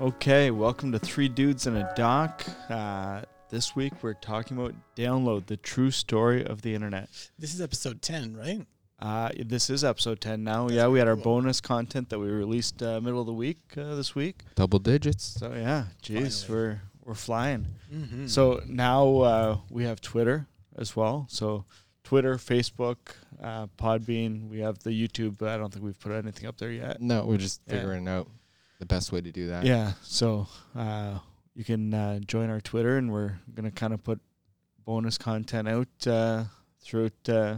Okay, welcome to Three Dudes and a Doc. Uh, this week we're talking about Download, the true story of the internet. This is episode 10, right? Uh, this is episode 10 now. yeah, we had our bonus content that we released uh, middle of the week uh, this week. Double digits. So, yeah, jeez, Finally. we're, we're flying. Mm-hmm. So now uh, we have Twitter as well. So Twitter, Facebook, uh, Podbean. We have the YouTube, but I don't think we've put anything up there yet. No, we're just Yeah. figuring out the best way to do that. Yeah. So uh, you can uh, join our Twitter, and we're gonna kind of put bonus content out uh, throughout uh,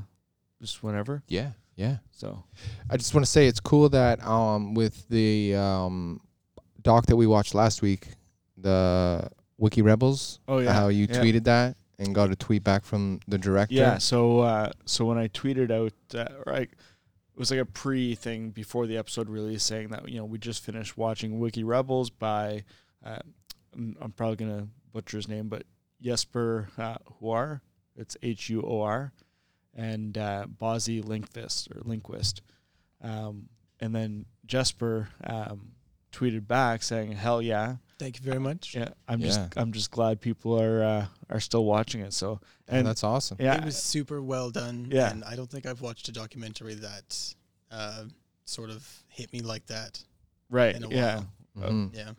just whenever. Yeah. Yeah. So I just want to say it's cool that um with the um doc that we watched last week, the Wiki Rebels, oh yeah, how you yeah. tweeted that and got a tweet back from the director. Yeah. So uh, so when I tweeted out, uh, right. It was like a pre thing before the episode release, saying that you know we just finished watching Wiki Rebels by, uh, I'm, I'm probably gonna butcher his name, but Jesper uh, Huar, it's H U O R, and uh, Bozzy Linkvist or Linquist, um, and then Jesper um, tweeted back saying, "Hell yeah, Thank you very much. yeah! I'm just Yeah. I'm just glad people are uh, are still watching it." So and that's awesome. yeah, It was super well done. Yeah. And I don't think I've watched a documentary that uh, sort of hit me like that. right, in a yeah. while. Mhm. Yeah.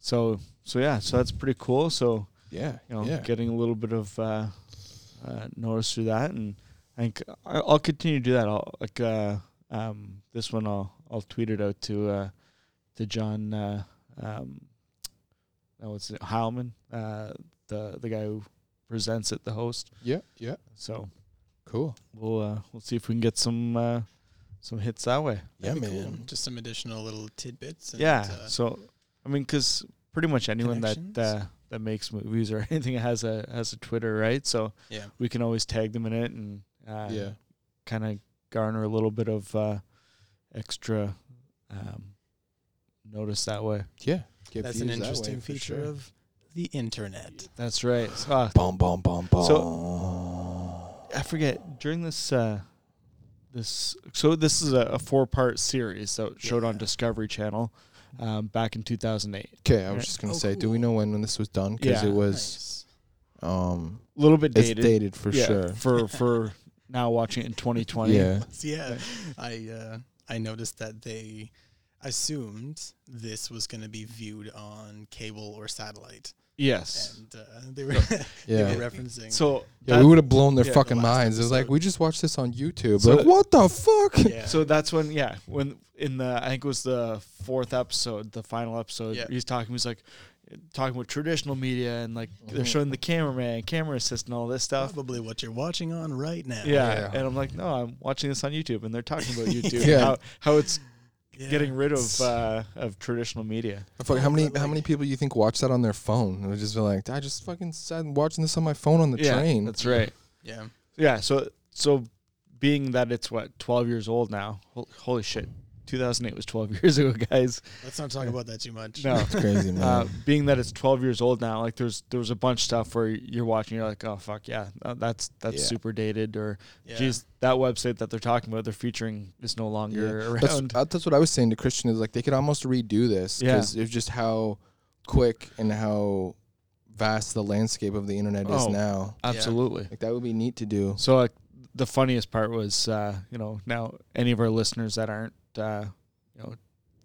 So so yeah, so that's pretty cool. So Yeah. you know, yeah. getting a little bit of uh, uh, notice through that, and I think I- I'll continue to do that. I'll like uh, um, this one, I'll I'll tweet it out to uh, to John. Uh, um, oh, what's it, Heilman, uh, the the guy who presents it, the host. Yeah. Yeah. So Cool. we'll uh, we'll see if we can get some uh, some hits that way. Yeah, That'd be man. Just some additional little tidbits. And, yeah. uh, so I mean, because pretty much anyone that Connections? uh, that makes movies or anything has a has a Twitter, right? So yeah. we can always tag them in it and uh, yeah. kind of garner a little bit of uh, extra um, notice that way. Yeah. Get That's an views that way, interesting for feature sure. of the internet. That's right. So, uh, Bum bum bum bum. I forget during this uh, this so this is a, a four part series that showed on Yeah. Discovery Channel um, back in two thousand eight. Okay, I Yeah. was just gonna Oh, say, do we know when, when this was done? Because Yeah. it was um, A little bit it's dated, dated for yeah, sure. for for now watching it in twenty twenty. Yeah, nice. Yeah. I, uh, I noticed that they assumed this was going to be viewed on cable or satellite. Yes. And uh, they, were yeah. they were referencing. So Yeah, that- we would have blown their yeah, the fucking last minds. It was like episode. we just watched this on YouTube. So- like, what the fuck? yeah. So that's when, yeah, when in the I think it was the fourth episode, the final episode, Yeah. he's talking. He's like talking with traditional media and like they're Mhm. showing the cameraman, camera assist, and all this stuff. probably what you're watching on right now. Yeah. Yeah. and I'm like, no, I'm watching this on YouTube, and they're talking about YouTube, and Yeah. how how it's Yeah. getting rid of uh, of traditional media. Fuck, how many But, how like- many people you think watch that on their phone? It would just be like, I just fucking sat watching this on my phone on the yeah, train. That's right. yeah. Yeah, so so being that it's what 12 years old now. hol- Holy shit. 2008 was 12 years ago, guys. Let's not talk about that too much. No. It's crazy, man. uh, being that it's 12 years old now, like there's there was a bunch of stuff where you're watching, you're like, oh fuck yeah, uh, that's that's Yeah. super dated, or Yeah. geez, that website that they're talking about, they're featuring is no longer that's, uh, around. that- that's what I was saying to Christian is like they could almost redo this Yeah. because it's just how quick and how vast the landscape of the internet is Oh. now. Absolutely. Like that would be neat to do. So like the funniest part was, uh, you know, now any of our listeners that aren't, uh, you know,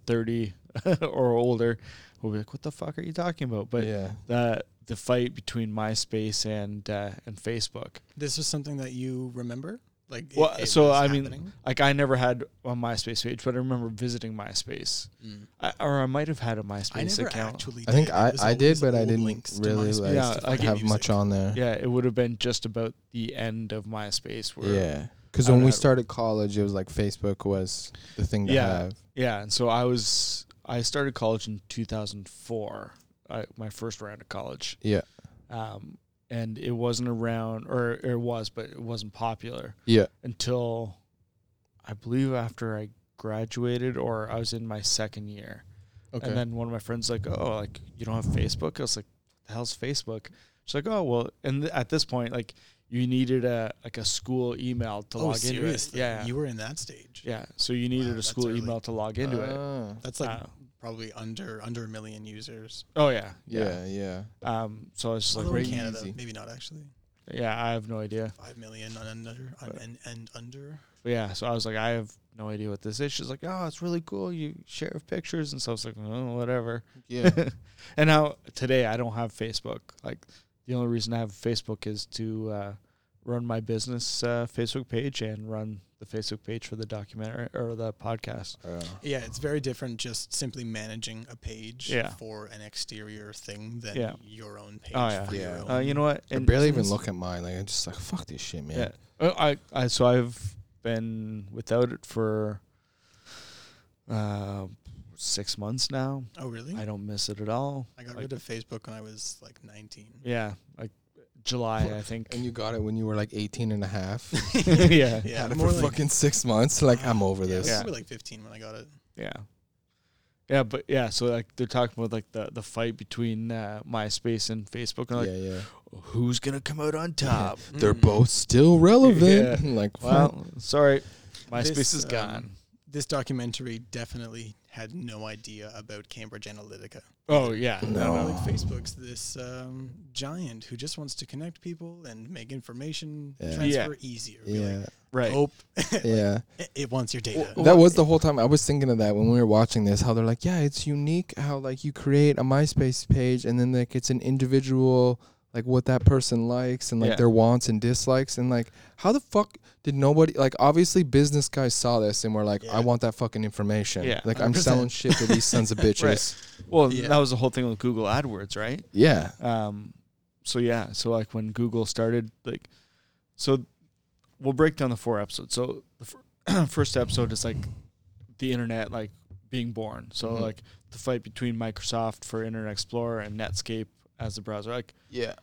30 or older, will be like, what the fuck are you talking about? But yeah, the the fight between MySpace and uh, and Facebook. This was something that you remember? Like, Well, so, I mean- happening? Like I never had a MySpace page, but I remember visiting MySpace. Mm. I, or I might have had a I MySpace never account. actually. I think did. I, It was I all did, these but I old didn't links to really MySpace like Yeah, to I find get have music. Oh, much on there. yeah, it would have been just about the end of MySpace. Where, Yeah. Because I when don't we know. started college, it was like Facebook was the thing to Yeah. have. yeah. And so I was I started college in 2004, I, my first round of college. Yeah. Um, and it wasn't around, or it was, but it wasn't popular Yeah. until I believe after I graduated or I was in my second year. Okay. And then one of my friends like, "Oh, like you don't have Facebook?" I was like, "The hell's Facebook?" She's like, "Oh, well." And th- at this point, like you needed a like a school email to Oh, log into it. seriously? Yeah, You were in that stage. yeah. So you Wow, needed a that's school early. email to log into it. Ah. That's like Uh, probably under under a million users. Oh yeah, Yeah, yeah. Um, so it's Although like, in crazy. Canada, maybe not actually yeah, I have no idea. five million and under and, and, and under. But yeah, so I was like, I have no idea what this is. She's like, oh, it's really cool. You share pictures, and so I was like, oh, whatever. Yeah. and now today I don't have Facebook. Like the only reason I have Facebook is to uh, run my business uh, Facebook page and run the Facebook page for the documentary or the podcast. Uh, Yeah, it's very different just simply managing a page Yeah. for an exterior thing than Yeah. your own page. Oh, yeah. For Yeah. Your own. Uh, you know what? I barely even look at mine. Like I'm just like fuck this shit, man. Yeah. Well, uh, I, I so I've been without it for uh, six months now. oh, really? I don't miss it at all. I got like- rid of Facebook when I was like 19. Yeah, like July, I think. And you got it when you were like 18 and a half. yeah, Yeah, Had it more for like, fucking six months. Like I'm over yeah, I this. was Yeah. probably like 15 when I got it. yeah, yeah. But yeah, so like they're talking about like the the fight between uh, MySpace and Facebook, and like yeah, yeah. who's gonna come out on top? They're Mm. both still relevant. like fuck. well, sorry, MySpace This, is um, gone. This documentary definitely had no idea about Cambridge Analytica. Oh yeah, No. Like Facebook's this um, giant who just wants to connect people and make information Yeah. transfer easier. Really. yeah, right. Hope yeah. it- it wants your data. Well, that was the whole time I was thinking of that when we were watching this. How they're like, yeah, it's unique. How like you create a MySpace page and then like it's an individual like what that person likes and like Yeah. their wants and dislikes and like how the fuck did nobody like obviously business guys saw this and were like, Yeah. I want that fucking information. Yeah, like i am 100%. selling shit to these sons of bitches. Well, Yeah. that was the whole thing with Google AdWords, right? Yeah, Um, so yeah, so like when Google started, like, so we'll break down the four episodes. So the f- first episode is like the internet, like being born. So Mhm. like the fight between Microsoft for Internet Explorer and Netscape as the browser. Like, yeah.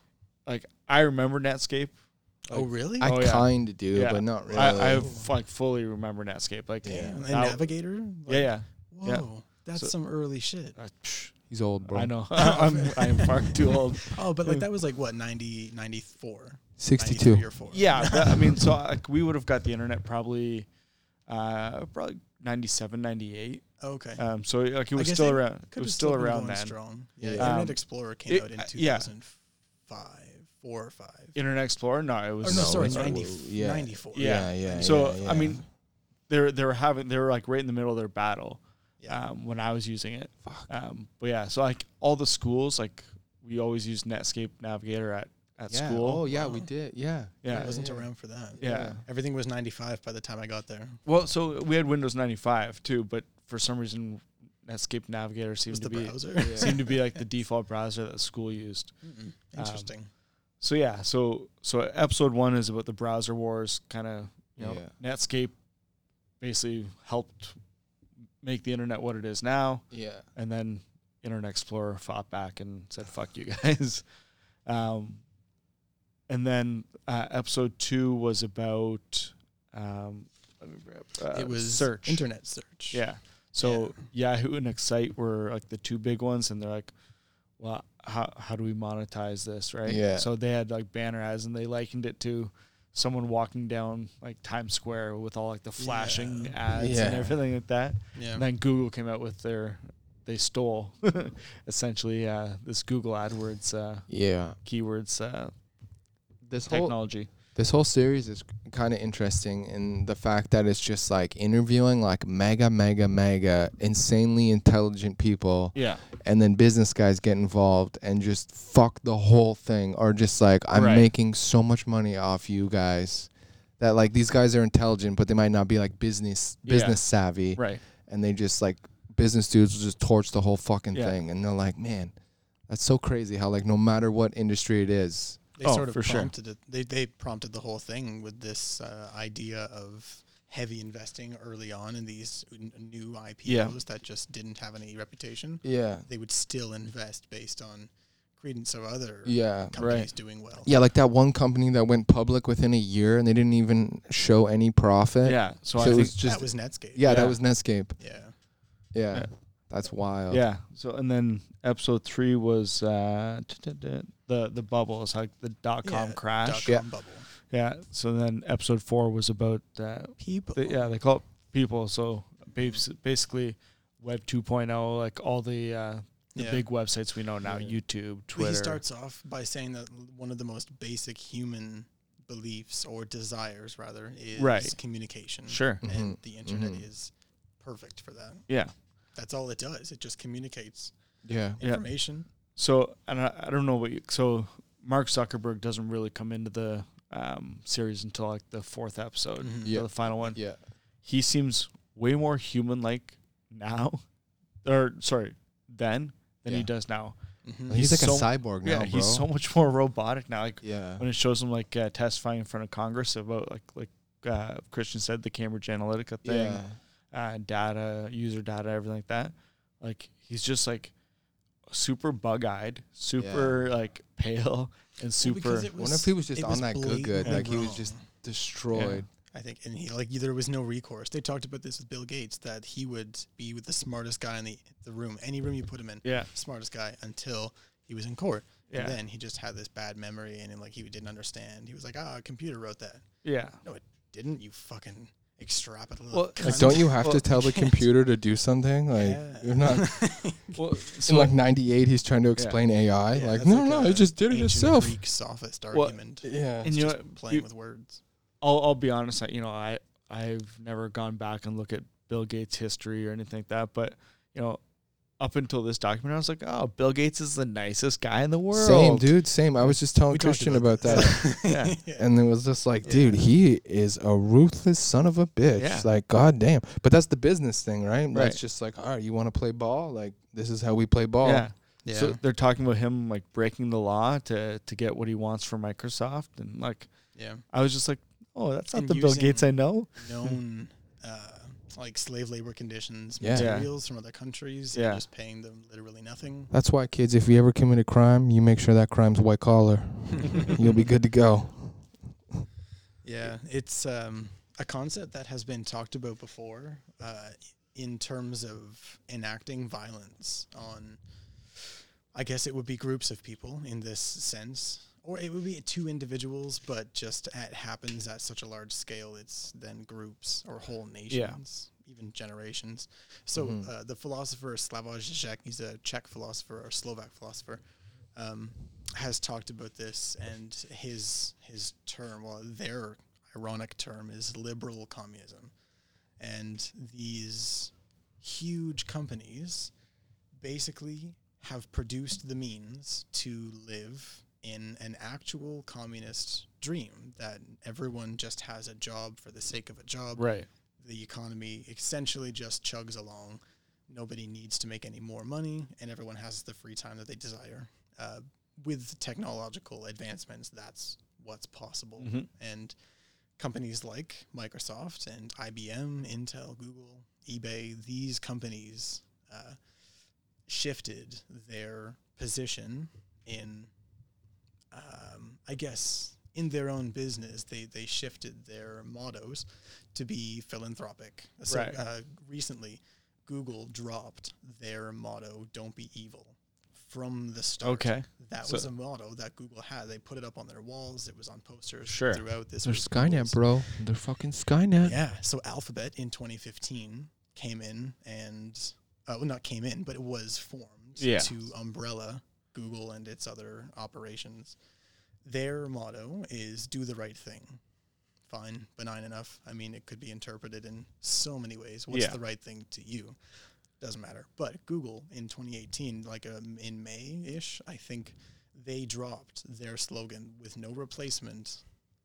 like I remember Netscape. oh, really? I Oh, yeah. kind of do, Yeah. but not really. I, I f- like fully remember Netscape. Like, Yeah. And that- Navigator? yeah, yeah. Whoa, yeah. that's So- some early shit. Uh, psh, He's old, bro. I know. I'm I'm far too old. Oh, but like that was like what 90, 94, 62. 93 or four. Yeah, that- I mean, so like we would have got the internet probably, uh, probably 97, 98. Okay. Um, so like it I was guess still it around. It Could was have still been around going then. Strong. Yeah. Yeah. Internet Um, Explorer came it- out in uh, two yeah. thousand five, four or five. Internet Explorer, no, it Or was no, sorry, it's probably- 90, yeah. 94. Yeah. yeah, yeah. So yeah, I yeah. mean, they're they were having they were like right in the middle of their battle. Yeah. Um, when I was using it. Fuck. Um, but yeah, so like all the schools, like we always used Netscape Navigator at at yeah. school. Oh yeah, Wow. we did. Yeah, Yeah. I wasn't yeah. around for that. yeah. yeah. Everything was 95 by the time I got there. Well, so we had Windows ninety five too, but for some reason, Netscape Navigator It seemed was to the be browser. Yeah. seemed to um, be like the default browser that the school used. Mm-mm. Interesting. So yeah, so so episode one is about the browser wars, kind of you know Netscape basically helped make the internet what it is now, yeah. and then Internet Explorer fought back and said "fuck you guys." Um, and then uh, episode two was about um, let me grab, uh, it was search internet search. yeah. So Yahoo and Excite were like the two big ones, and they're like, well, how how do we monetize this, right? Yeah. So they had like banner ads, and they likened it to someone walking down like Times Square with all like the flashing Yeah. ads and Yeah. everything like that. Yeah. And then Google came out with their they stole essentially uh, this Google AdWords uh, Yeah. keywords uh, This whole technology. this whole series is kind of interesting in the fact that it's just like interviewing like mega mega mega insanely intelligent people Yeah. and then business guys get involved and just fuck the whole thing or just like I'm Right. making so much money off you guys that like these guys are intelligent but they might not be like business Yeah. business savvy Right. and they just like business dudes will just torch the whole fucking Yeah. thing and they're like man that's so crazy how like no matter what industry it is They Oh, sort of for sure. prompted it. They, they prompted the whole thing with this uh, idea of heavy investing early on in these n- new IPOs Yeah. that just didn't have any reputation. yeah They would still invest based on credence of other yeah companies doing well. Yeah, like that one company that went public within a year and they didn't even show any profit. Yeah. So, So, I it think was just that was Netscape. yeah, yeah. that was Netscape. Yeah. Yeah. Yeah. That's wild. Yeah. So and then episode three was uh, t- t- t- the the bubble. It's like the dot com Yeah, crash. Dot com Yeah. bubble. Yeah. So then episode four was about uh, People. the, yeah they call it people. So bas- basically Web 2.0, like all the uh, the Yeah. big websites we know now, Yeah. YouTube, But Twitter. he starts off by saying that one of the most basic human beliefs or desires, rather, is Right. communication. sure. And the internet mhm. is perfect for that. Yeah. That's all it does. It just communicates Yeah. Yeah. information. So and I, I don't know what you, so Mark Zuckerberg doesn't really come into the um, series until like the fourth episode, Mhm. or Uh, Yeah. the final one. Yeah. He seems way more human like now, or sorry, then than he Yeah. does now. Mhm. He's, He's like so- a cyborg now, yeah, bro. he's so much more robotic now. Like yeah. when it shows him like uh, testifying in front of Congress about like like uh, Christian said the Cambridge Analytica thing, Yeah. uh, data, user data, everything like that. Like he's just like super bug eyed, super like pale, and Well, super. because it Wonder if he was just it on that good good, blatantly like he was just- wrong, Destroyed. I think, and he like there was no recourse. They talked about this with Bill Gates that he would be with the smartest guy in the the room, any room you put him in, yeah, smartest guy until he was in court. yeah, And then he just had this bad memory and, and like he didn't understand. He was like, "Ah, a computer wrote that." yeah. Didn't you fucking extrapolate? Well, cunt? Like, don't you have Well, to tell the can't. computer to do something? Like, Yeah. you're not. Well, so in like '98, he's trying to explain AI. Yeah, like, that's no, no, like it a just did it ancient itself. Greek sophist Well, argument. Yeah. and It's you know, just what? playing You- with words. I'll I'll be honest. I, you know, I I've never gone back and look at Bill Gates' history or anything like that. But you know, up until this document, I was like, oh, Bill Gates is the nicest guy in the world. Same, dude. Same. I was just telling We talked Christian about about, this. that. Yeah. and it was just like, Yeah. dude, he is a ruthless son of a bitch. Yeah. Like, goddamn. But that's the business thing, right? Right. That's just like, all right, you want to play ball? Like, this is how we play ball. Yeah. yeah. So they're talking about him like breaking the law to to get what he wants from Microsoft, and like yeah. I was just like, oh, that's not And the Bill using- Gates I know. known uh, like slave labor conditions, Yeah. Yeah. materials from other countries, Yeah. and just paying them literally nothing. That's why, kids, if you ever commit a crime, you make sure that crime's white collar. You'll be good to go. Yeah, it's um, a concept that has been talked about before uh, in terms of enacting violence on, I guess it would be groups of people in this sense, or it would be two individuals, but just it happens at such a large scale, it's then groups or whole nations, even generations. So Mhm. uh, the philosopher Slavoj Žižek, he's a Czech philosopher or Slovak philosopher, um, has talked about this, and his his term, well, their ironic term is liberal communism, and these huge companies basically have produced the means to live in an actual communist dream that everyone just has a job for the sake of a job Right. the economy essentially just chugs along. Nobody needs to make any more money, and everyone has the free time that they desire. Uh, with technological advancements, that's what's possible. Mhm. And companies like Microsoft and IBM, Intel, Google, eBay, these companies uh, shifted their position in, um, I guess, in their own business. They, they shifted their mottos to be philanthropic. So Right. uh, recently, Google dropped their motto, don't be evil, from the start. Okay. That So- was a motto that Google had. They put it up on their walls. It was on posters Sure. throughout this. They're was Google's- Skynet, bro. They're fucking Skynet. Yeah. So Alphabet in 2015 came in and, uh, well, not came in, but it was formed Yeah. to umbrella Google and its other operations. Their motto is do the right thing. Fine, benign enough. I mean, it could be interpreted in so many ways. What's Yeah. the right thing to you? Doesn't matter. But Google in 2018, like um, in May ish, I think they dropped their slogan with no replacement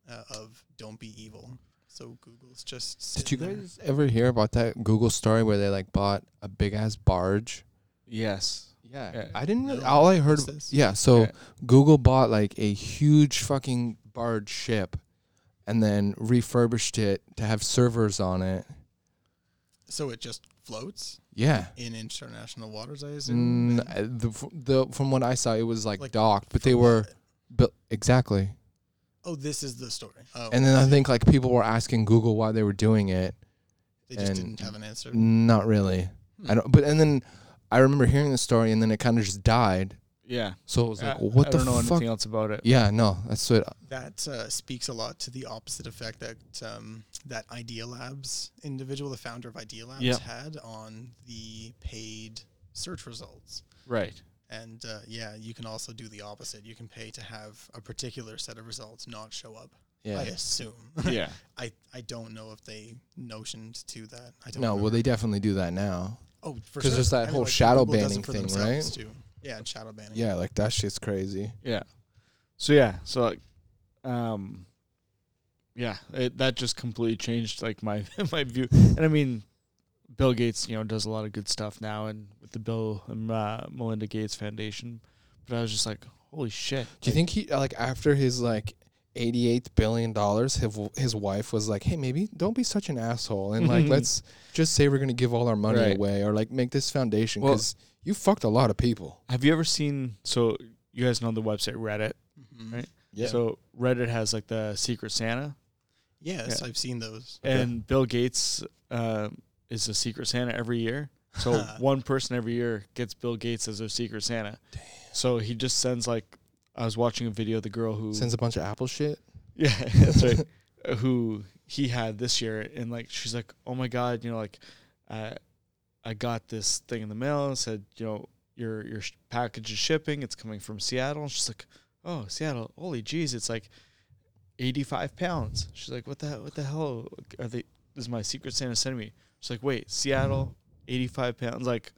uh, of "Don't be evil." So Google's just. Did you sitting there. guys ever hear about that Google story where they like bought a big ass barge? Yes. Yeah. Yeah. I didn't really, No. all I heard What's this? Yeah, so Yeah. Google bought like a huge fucking barge ship and then refurbished it to have servers on it. So it just floats Yeah. in international waters, I assume. Mm, uh, the, f- the from what I saw, it was like, Like, docked, but they From were what? built exactly. Oh, this is the story. Oh, And then I think like people were asking Google why they were doing it. they just and- didn't have an answer. Not really. I Hmm. don't. But and then I remember hearing the story, and then it kind of just died. Yeah. So it was like, I- what I the don't know fuck? anything else about it. Yeah, no, that's what. that uh, speaks a lot to the opposite effect that um, that Idea Labs individual, the founder of Idea Labs, Yeah. had on the paid search results. Right. And uh, yeah, you can also do the opposite. You can pay to have a particular set of results not show up. Yeah. I assume. Yeah. I, I don't know if they notioned to that. I don't No, well, remember. they definitely do that now. Oh, for 'cause sure. there's that I know, whole like, shadow Google does it banning for thing, themselves Too. Yeah, and shadow banning. Yeah, like that shit's crazy. Yeah. So yeah, so like, um, yeah, it, that just completely changed like my my view. And I mean, Bill Gates, you know, does a lot of good stuff now, and with the Bill and uh, Melinda Gates Foundation. But I was just like, holy shit! Do you like, think he like after his like eighty-eight billion dollars, his his wife was like, "Hey, maybe don't be such an asshole, and like let's just say we're gonna give all our money Mm-hmm. Right. away, or like make this foundation Well- because you fucked a lot of people." Have you ever seen? So you guys know the website Reddit, Mhm. Right. So Reddit has like the Secret Santa, Yes, I've seen those. and Bill Gates uh, is a Secret Santa every year. So one person every year gets Bill Gates as their Secret Santa. So he just sends like I was watching a video of the girl who Sends a bunch of Apple shit. yeah that's right uh, who he had this year and like she's like oh my god you know like uh, I got this thing in the mail and said you know your your sh- package is shipping it's coming from Seattle and she's like oh Seattle holy jeez it's like 85 pounds she's like what the what the hell are they is my secret Santa sending me she's like wait Seattle 85 pounds like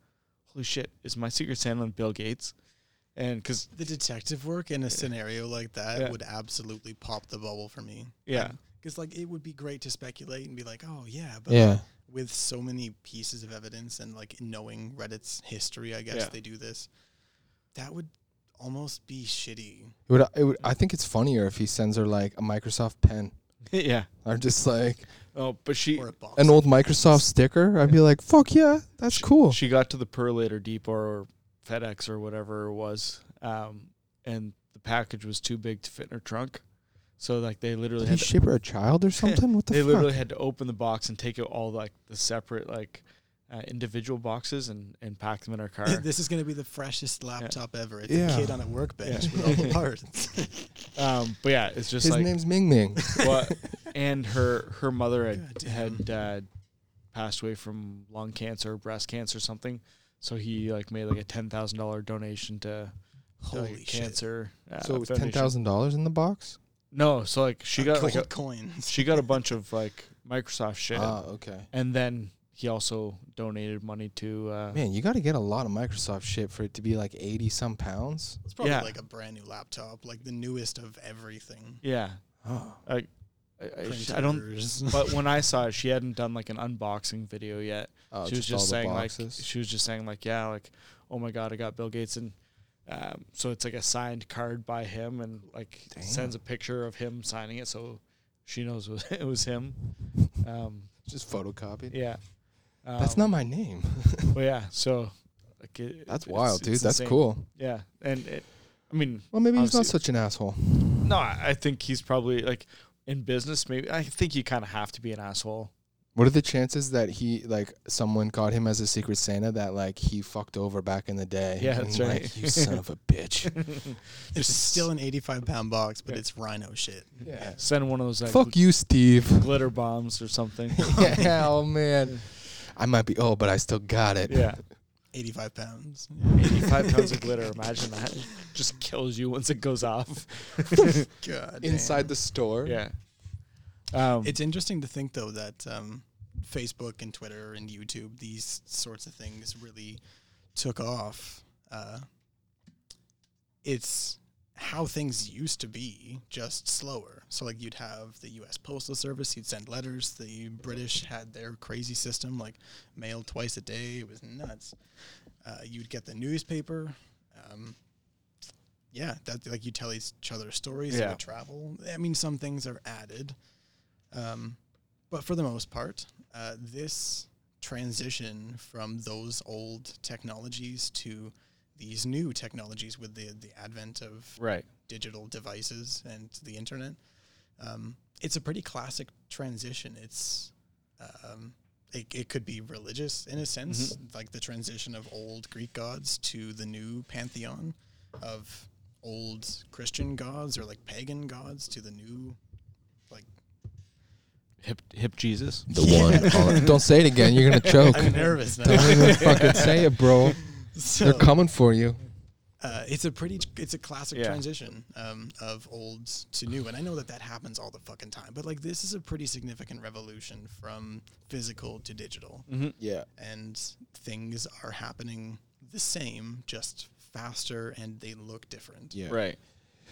holy shit is my secret Santa on Bill Gates and because The detective work in a scenario like that Yeah. would absolutely pop the bubble for me. yeah Because like it would be great to speculate and be like, oh yeah, but Yeah, with so many pieces of evidence and like knowing Reddit's history, I guess Yeah. they do this. That would almost be shitty. it would. It would. I think it's funnier if he sends her like a Microsoft pen yeah or just like oh but she Or a box. an old Microsoft sticker. I'd be like, "Fuck yeah, that's cool." She got to the Perlator Depot or FedEx or whatever it was, um, and the package was too big to fit in her trunk. So like they literally Did he had to, ship her a child or something? What the they fuck? literally had to open the box and take out all like the separate like uh, individual boxes and and pack them in her car. this is going to be the freshest laptop ever. It's Yeah. a kid on a workbench Yeah. with all the parts. um, but yeah, it's just His like name's Ming Ming. what and her her mother had God had uh, passed away from lung cancer, or breast cancer, or something. So he like made like a ten thousand dollar donation to to, like, Holy shit. cancer. Uh, so it was ten foundation. thousand dollars in the box. No, so like she A got like gold a, coins. she got a bunch of like Microsoft shit, Ah, okay. and then he also donated money to uh, Man, you got to get a lot of Microsoft shit for it to be like 80 some pounds. It's probably yeah. like a brand new laptop, like the newest of everything. yeah. Oh. Like I, I, sh- I don't. Printers. But when I saw it, she hadn't done like an unboxing video yet. oh she was just all the saying like boxes. she was just saying like yeah like oh my god I got Bill Gates and um, so it's like a signed card by him and like Damn. sends a picture of him signing it so she knows it was him. Um, just photocopied. yeah. Um, That's not my name. Well, yeah. So, like, it, That's it's- wild, dude. it's That's insane. cool. Yeah, and it, I mean, Well, maybe he's not Obviously- such an asshole. no, I I think he's probably like in business. Maybe I think you kind of have to be an asshole. What are the chances that he like someone got him as a secret Santa that like he fucked over back in the day? Yeah, that's And, like, right. you son of a bitch. It's still an 85 pound box, but Yeah. it's rhino shit. Yeah. Send one of those like Fuck you, Steve. glitter bombs or something. yeah, oh man. I might be old, but I still got it. yeah, 85 pounds. eighty-five pounds of glitter. Imagine that. Just kills you once it goes off. God. damn. Inside the store. Yeah. Um, It's interesting to think, though, that um, Facebook and Twitter and YouTube, these sorts of things really took off. Uh, it's how things used to be, just slower. So, like, you'd have the US Postal Service, you'd send letters. The British had their crazy system, like, mail twice a day. It was nuts. Uh, you'd get the newspaper. Um, yeah, that like you tell each other stories Yeah. about travel. I mean, some things are added, um, but for the most part, uh, this transition from those old technologies to these new technologies with the the advent of right. digital devices and the internet. Um, it's a pretty classic transition. It's um, it, it could be religious in a sense, like the transition of old Greek gods to the new pantheon. of old Christian gods or like pagan gods to the new Hip hip Jesus. The one. call it- Don't say it again. You're gonna choke. I'm nervous now. Don't even fucking say it, bro. So, They're coming for you. uh, it's a pretty, it's a classic Yeah. transition um, of old to new, and I know that that happens all the fucking time. But like, this is a pretty significant revolution from physical to digital, Yeah. and things are happening the same, just faster, and they look different. Yeah. Right.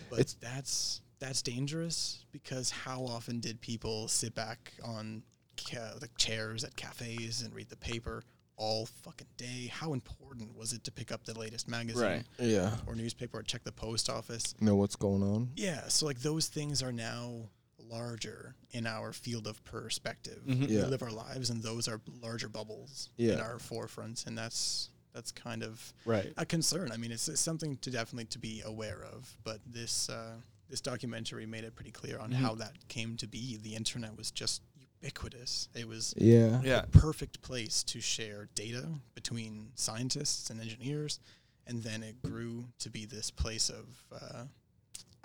But It's- that's that's dangerous because how often did people sit back on ca- the chairs at cafes and read the paper all fucking day? How important was it to pick up the latest magazine Right. Yeah. or newspaper or check the post office? Know what's going on. Yeah, so like those things are now larger in our field of perspective. Yeah. We live our lives, and those are larger bubbles Yeah. in our forefronts, and that's that's kind of Right. a concern. I mean, it's, it's something to definitely to be aware of. But this uh, this documentary made it pretty clear on how that came to be. The internet was just ubiquitous. It was Yeah. Yeah. perfect place to share data between scientists and engineers, and then it grew to be this place of, uh,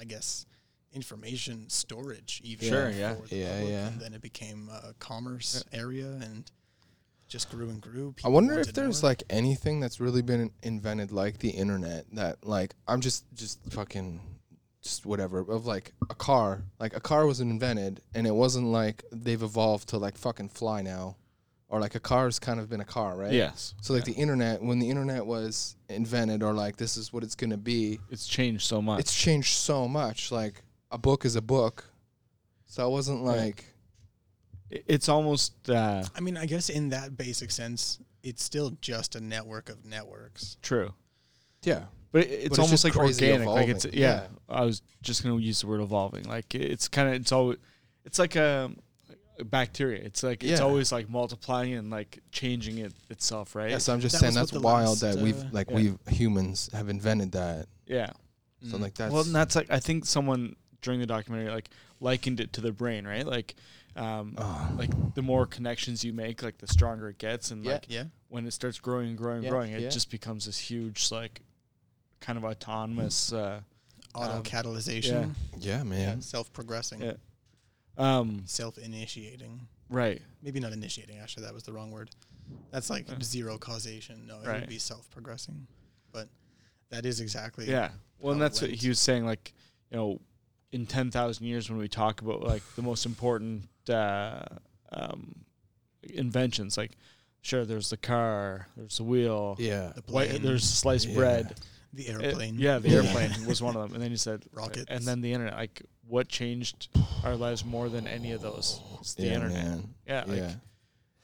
I guess, information storage. Even Sure, yeah. for the Yeah, public, yeah. And then it became a commerce area and. Just grew and grew. I wonder if there's like anything that's really been invented like the internet that like I'm just just fucking just whatever of like a car like a car was invented and it wasn't like they've evolved to like fucking fly now or like a car's kind of been a car right Yes. so like the internet when the internet was invented or like this is what it's gonna be It's changed so much. it's changed so much like a book is a book so it wasn't like I- it's almost uh, I mean, I guess in that basic sense, it's still just a network of networks. true, yeah but it- it's it's almost just like crazy organic. Like evolving. it's yeah, Yeah. I was just gonna use the word evolving. Like i- it's kind of it's always it's like a, a bacteria. It's like it's Yeah. always like multiplying and like changing it itself. Right. yeah so I'm just That saying was what that's the wild last, that we've uh, like yeah. we've humans have invented that Yeah. So like that's well, and that's like I think someone during the documentary like likened it to the brain. Right. Like. Um, Oh. like the more connections you make, like the stronger it gets, and Yeah. like Yeah. when it starts growing and growing and Yeah, growing, it yeah. just becomes this huge, like, kind of autonomous. Uh, Auto Um, catalyzation, yeah, man. self progressing, Yeah. um, self initiating. right, Maybe not initiating, actually, that was the wrong word. That's like Yeah. zero causation. No, it Right. would be self progressing. But that is exactly. yeah. Well, and how it that's what went. he was saying. Like, you know, in ten thousand years, when we talk about like the most important uh, um, inventions, like, sure, there's the car, there's the wheel, Yeah. The plane, white, there's sliced Yeah. bread, the It- airplane. yeah, the Yeah. airplane was one of them. And then you said Rockets. and then the internet. Like, what changed our lives more than any of those? It's the yeah, internet. man. Yeah, like, yeah.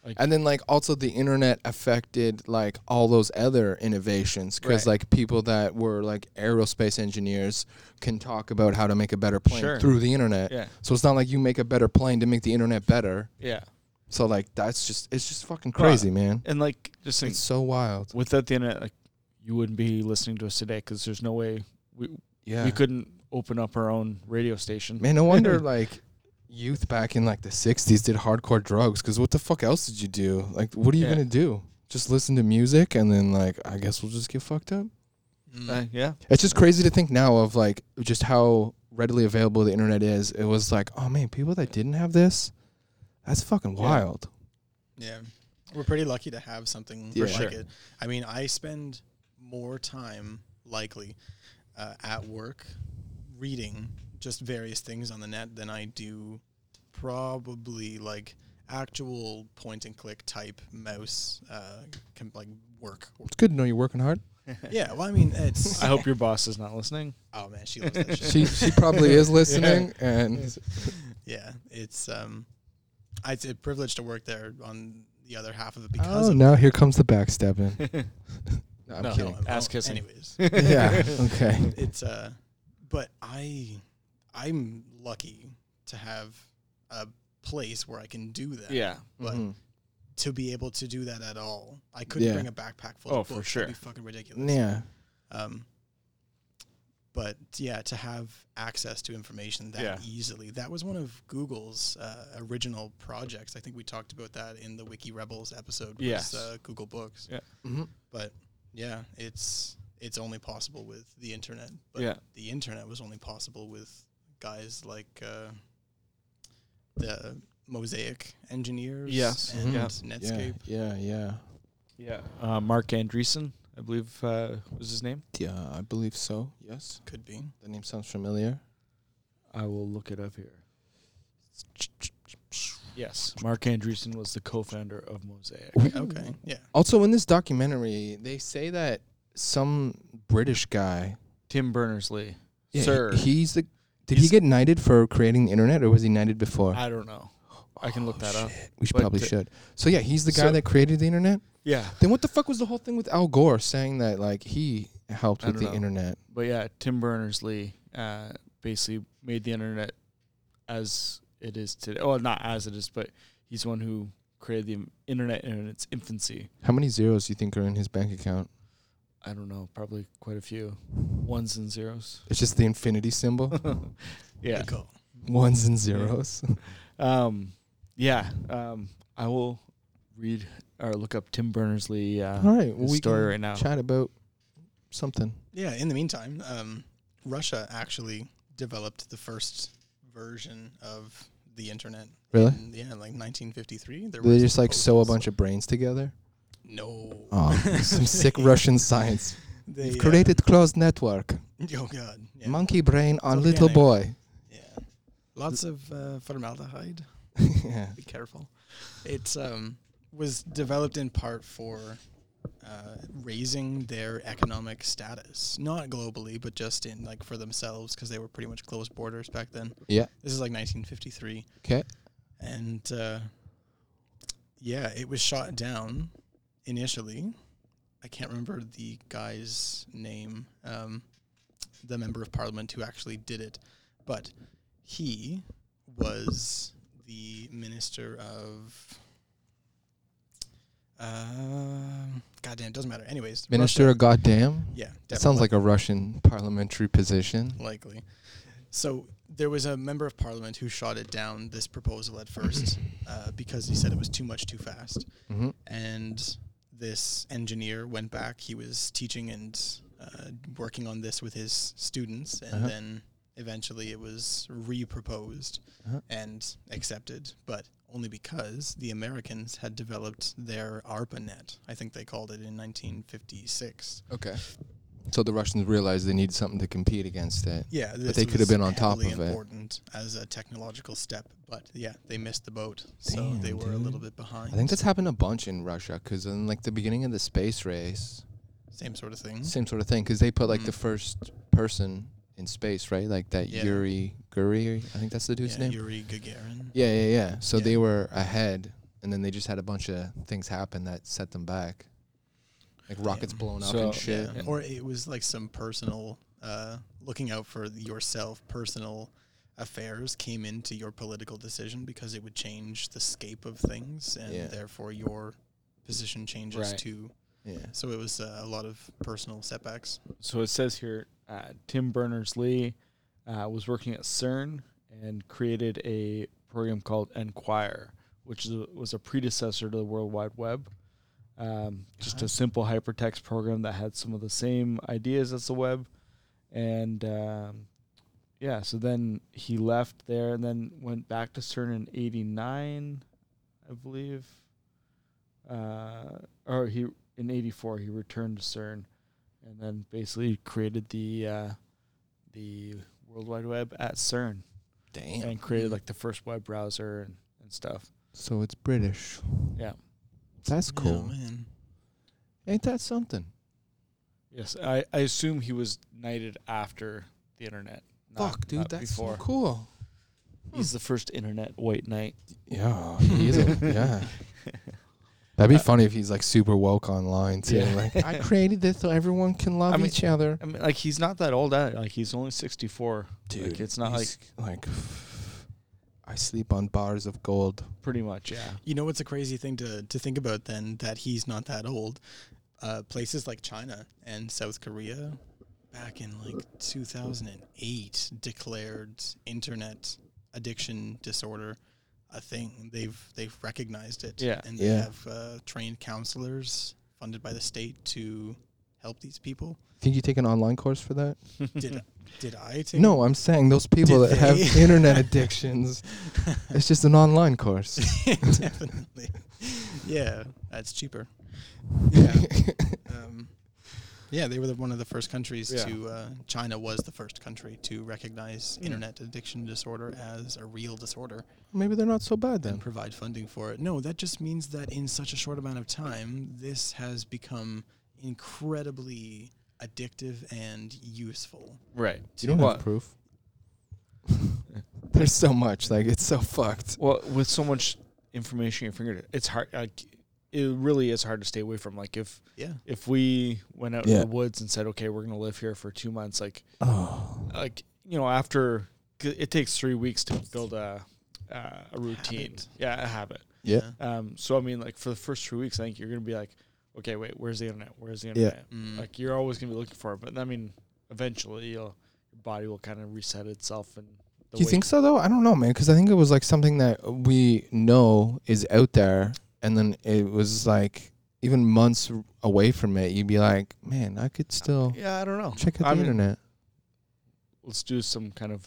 like- and then like also the internet affected like all those other innovations because Right. like people that were like aerospace engineers can talk about how to make a better plane Sure. through the internet. yeah, So it's not like you make a better plane to make the internet better. yeah. So like that's just it's just fucking Well, crazy, man. And like, just think, It's so wild. without the internet, like, you wouldn't be listening to us today because there's no way we Yeah. we couldn't open up our own radio station. man, no wonder like youth back in like the 60s did hardcore drugs cuz what the fuck else did you do? Like what are you Yeah. going to do? Just listen to music and then like I guess we'll just get fucked up. Mm. Uh, yeah, It's just crazy to think now of like just how readily available the internet is. It was like, oh man, people that didn't have this, that's fucking wild. Yeah. We're pretty lucky to have something Yeah. like For sure. it. I mean, I spend more time likely uh, at work reading just various things on the net than I do probably like actual point and click type mouse uh, com- like work. It's good to know you're working hard. Yeah, well, I mean, it's I hope your boss is not listening. oh man, she loves that shit. She she probably is listening, and Yeah, it's um, I, it's a privilege to work there. On the other half of it, because oh of now here comes the backstabbing. No, I'm No. kidding. Ass kissing. Anyways, yeah. Okay. it's uh but i i'm lucky to have a place where i can do that Yeah, but Mhm. to be able to do that at all i couldn't Yeah. bring a backpack full Oh, of for books sure. that'd be fucking ridiculous Yeah. um but yeah to have access to information that Yeah. easily that was one of google's uh, original projects i think we talked about that in the wiki rebels episode was, Yes. Mm-hmm. uh, google books Yeah. Mhm. but yeah it's it's only possible with the internet. But Yeah. the internet was only possible with guys like uh, the Mosaic engineers. Yes. Mm-hmm. and Yeah. Netscape. Yeah, yeah, Yeah. Uh, Mark Andreessen, I believe uh, was his name. yeah. Yeah, I believe so. Yes. Could be. The name sounds familiar. I will look it up here. Yes, Mark Andreessen was the co-founder of Mosaic. Okay. Yeah. Also, in this documentary, they say that some British guy, Tim Berners-Lee, Yeah, sir. he's the. Did he He's- get knighted for creating the internet, or was he knighted before? I don't know. I can look Oh, that up. shit. We should But probably the- should. So yeah, he's the guy So- that created the internet. Yeah, Then what the fuck was the whole thing with Al Gore saying that like he helped I with don't the know. internet? but yeah, Tim Berners-Lee uh, basically made the internet as it is today. Oh, not as it is, but he's the one who created the internet in its infancy. How many zeros do you think are in his bank account? I don't know, probably quite a few ones and zeros. It's just the infinity symbol. yeah. Good call. Ones and zeros. Uh, Um, yeah. Um, I will read or look up Tim Berners Lee. All Uh, right, well, his we story can right now. chat about something. Yeah. In the meantime, um, Russia actually developed the first version of the internet. Really? in- yeah, like 1953. There Do they was just like sew a proposals. bunch of brains together? No. Oh, some sick Russian science. They We've uh, created closed network. Oh God. Yeah. Monkey brain on little organic. boy. yeah. Lots of uh, formaldehyde. yeah. be careful. It's um was developed in part for uh, raising their economic status, not globally, but just in like for themselves because they were pretty much closed borders back then. Yeah. This is like 1953, Okay. and uh, yeah, it was shot down initially. I can't remember the guy's name, um, the member of parliament who actually did it, but he was the minister of. Um, goddamn, doesn't matter. Anyways, Minister Russia- of goddamn. yeah, That sounds definitely like a Russian parliamentary position. likely. So there was a member of parliament who shot it down this proposal at first uh, because he said it was too much too fast. hmm And this engineer went back. He was teaching and uh, working on this with his students, and Uh-huh. then eventually it was re-proposed Uh-huh. and accepted, but only because the Americans had developed their ARPANET. I think they called it in 1956. Okay. So the Russians realized they needed something to compete against it. Yeah, this they could was have been on top heavily of it. Important as a technological step, but yeah, they missed the boat, so Damn, they were a little bit dude. behind. I think that's happened a bunch in Russia because in like the beginning of the space race, same sort of thing. same sort of thing because they put like the Mm. first person in space, right? Like that Yeah. Yuri Guri, I think that's the dude's yeah, name. Yuri Gagarin. Yeah, yeah, yeah. So Yeah. they were ahead, and then they just had a bunch of things happen that set them back, like rockets Yeah. blowing up So- and shit. Yeah, Or it was like some personal uh, looking out for yourself, personal affairs came into your political decision because it would change the scape of things, and Yeah. therefore your position changes Right. too. yeah. So it was uh, a lot of personal setbacks. so it says here, uh, Tim Berners Lee uh, was working at CERN and created a program called Enquire, which is a, was a predecessor to the World Wide Web. Um, just a simple hypertext program that had some of the same ideas as the web, and um, yeah. So then he left there and then went back to CERN in '89, I believe. Uh, or he in '84 he returned to CERN, and then basically created the uh, the World Wide Web at CERN Damn. and created like the first web browser and, and stuff. So it's British. Yeah. That's Yeah, cool. man. Ain't that something? Yes, I, I assume he was knighted after the internet. not- Fuck, dude, not that's so before. cool. He's the first internet white knight. Yeah, he is. A, yeah. That'd be funny if he's like super woke online too. Yeah. Like, I created this so everyone can love I mean- each other. I mean, like he's not that old. At Like he's only sixty four. Like it's not like he's like I sleep on bars of gold. pretty much. Yeah. You know what's a crazy thing to, to think about then that he's not that old? Uh, places like China and South Korea back in like 2008 declared internet addiction disorder a thing. They've they've recognized it Yeah. and they Yeah. have uh, trained counselors funded by the state to help these people. Think you take an online course for that? Did did I take? No, I'm saying those people Did that have they? internet addictions. It's just an online course. definitely. Yeah, that's cheaper. Yeah. um, yeah, they were the, one of the first countries Yeah. to. Uh, China was the first country to recognize internet addiction disorder as a real disorder Maybe they're not so bad then. and provide funding for it. No, that just means that in such a short amount of time, this has become incredibly addictive and useful. Right. You don't well, have proof. There's so much. Like it's so fucked. well, with so much information at your fingertips, it's hard. Like, it really is hard to stay away from. Like, if Yeah. if we went out in Yeah. the woods and said, "Okay, we're gonna live here for two months," like, Oh. like you know, after 'cause it takes three weeks to build a uh, a routine, Habit. yeah, a habit. Yeah. Um, so I mean, like for the first three weeks, I think you're gonna be like, "Okay, wait, where's the internet? Where's the Yeah. internet?" Mm. Like, you're always gonna be looking for it. But I mean, eventually, you'll, your body will kind of reset itself and. the Do you way- think so though? I don't know, man. Because I think it was like something that we know is out there, and then it was like even months r- away from it, you'd be like, man, I could still Yeah, I don't know. check out the I mean- internet. Let's do some kind of.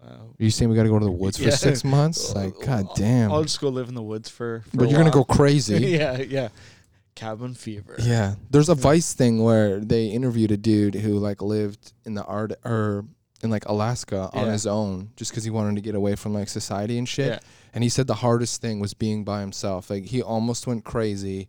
Uh, Are you saying we got to go to the woods Yeah. for six months? Like, god damn. I'll just go live in the woods for. for but a you're gonna go while. crazy. yeah, yeah. Cabin fever. Yeah, there's a Vice thing where they interviewed a dude who like lived in the art or in like Alaska on Yeah. his own just because he wanted to get away from like society and shit. Yeah. And he said the hardest thing was being by himself. Like he almost went crazy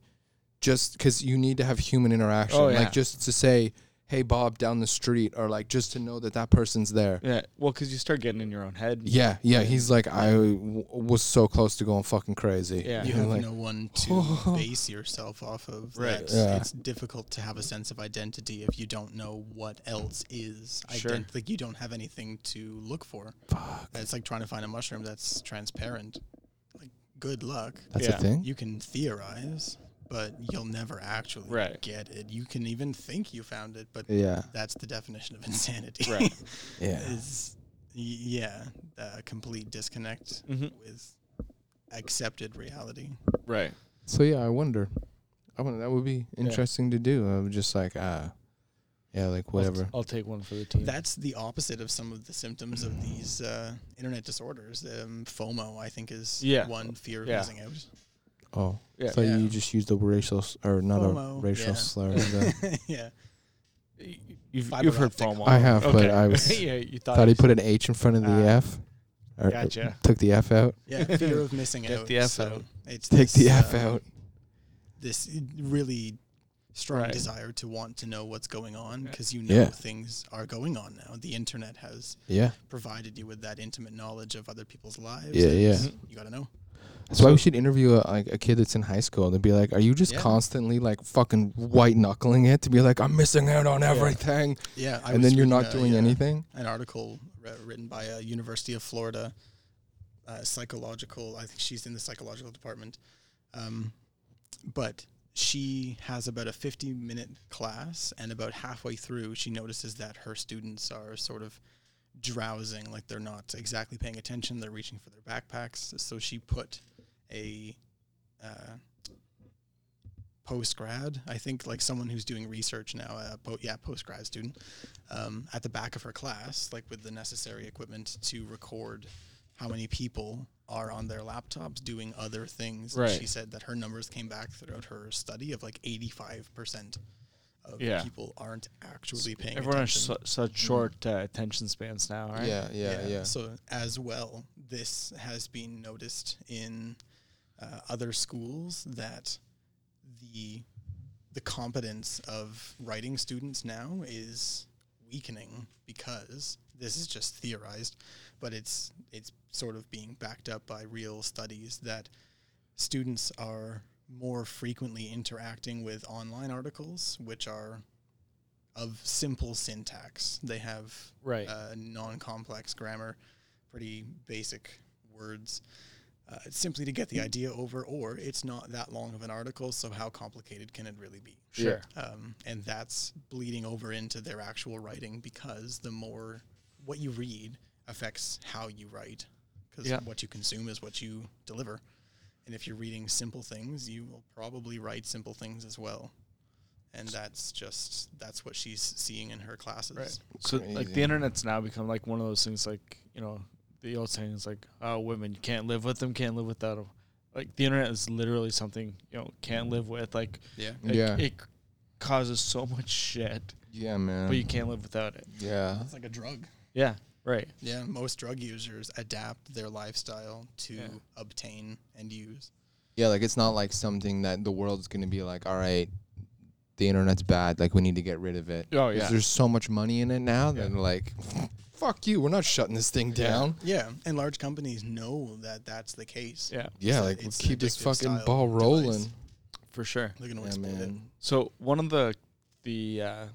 just because you need to have human interaction. Oh, yeah. Like just to say, hey, Bob, down the street, or like just to know that that person's there. Yeah. Well, because you start getting in your own head. Yeah, yeah. He's like, I w- was so close to going fucking crazy. Yeah. You And, have like, no one to base yourself off of. Right. That's- Yeah. It's difficult to have a sense of identity if you don't know what else is. Sure. Ident- like you don't have anything to look for. fuck. It's like trying to find a mushroom that's transparent. Like, good luck. That's Yeah. a thing. You can theorize, but you'll never actually Right. get it. You can even think you found it, but yeah, that's the definition of insanity. Right. yeah. is y- yeah, a complete disconnect Mhm. with accepted reality. Right. So yeah, I wonder. I wonder that would be Yeah. interesting to do. I'm just like ah, yeah, like I'll t- whatever. I'll, take one for the team. That's the opposite of some of the symptoms of these uh, internet disorders. Um, FOMO, I think, is Yeah. one fear of Yeah. missing out. Oh, Yeah. so Yeah. you just used the racial s- or not FOMO, a racial yeah. slur. the- yeah, Y- You've, Fiber you've heard optic. FOMO. I have, but I was- yeah, you thought, thought he put an H in front of the Ah. F. Or uh, Gotcha. Took the F out. yeah, fear of missing Get out. the F so out. It's Take the this, F uh, out. This really strong Right. desire to want to know what's going on Yeah. because you know Yeah. things are going on now. The internet has Yeah, provided you with that intimate knowledge of other people's lives. Yeah, and yeah. it's- You gotta know. that's why we should interview a, like a kid that's in high school and be like, "Are you just Yeah. constantly like fucking white knuckling it to be like, I'm missing out on everything, Yeah, I and was then you're reading not a, doing uh, anything?" An article wr- written by a University of Florida uh, psychological. I think she's in the psychological department, um, but she has about a 50 minute class, and about halfway through, she notices that her students are sort of drowsing, like they're not exactly paying attention. They're reaching for their backpacks, so she put a uh, post grad, I think, like someone who's doing research now, a po- yeah, post grad student, um, at the back of her class, like with the necessary equipment to record how many people are on their laptops doing other things. And Right. She said that her numbers came back throughout her study of like 85% of Yeah. people aren't actually paying everyone has attention. su- such short uh, attention spans now, right? Yeah, yeah, yeah, So as well, this has been noticed in uh, other schools that the the competence of writing students now is weakening because this is just theorized, but it's it's sort of being backed up by real studies that students are more frequently interacting with online articles, which are of simple syntax. They have Right. uh, non-complex grammar, pretty basic words, uh, simply to get the idea over. Or it's not that long of an article, so how complicated can it really be? sure. Um, and that's bleeding over into their actual writing because the more what you read affects how you write, because Yeah. what you consume is what you deliver. And if you're reading simple things, you will probably write simple things as well. and that's just that's what she's seeing in her classes. Right. So like Crazy. the internet's now become like one of those things like you know the old saying is like oh women you can't live with them can't live without them like the internet is literally something you know can't live with like Yeah. it, Yeah. it causes so much shit Yeah, man. but you can't live without it yeah. It's like a drug. yeah right Yeah, most drug users adapt their lifestyle to Yeah. obtain and use. Yeah, like it's not like something that the world's gonna be like, all right, the internet's bad. Like we need to get rid of it. oh 'Cause yeah There's so much money in it now that Yeah. like, fuck you. We're not shutting this thing Yeah. down. Yeah, and large companies know that that's the case. yeah Yeah, It's a- like we'll it's keep this addictive fucking style ball device. rolling. for sure They're gonna Yeah, exploit it. man. So one of the the uh,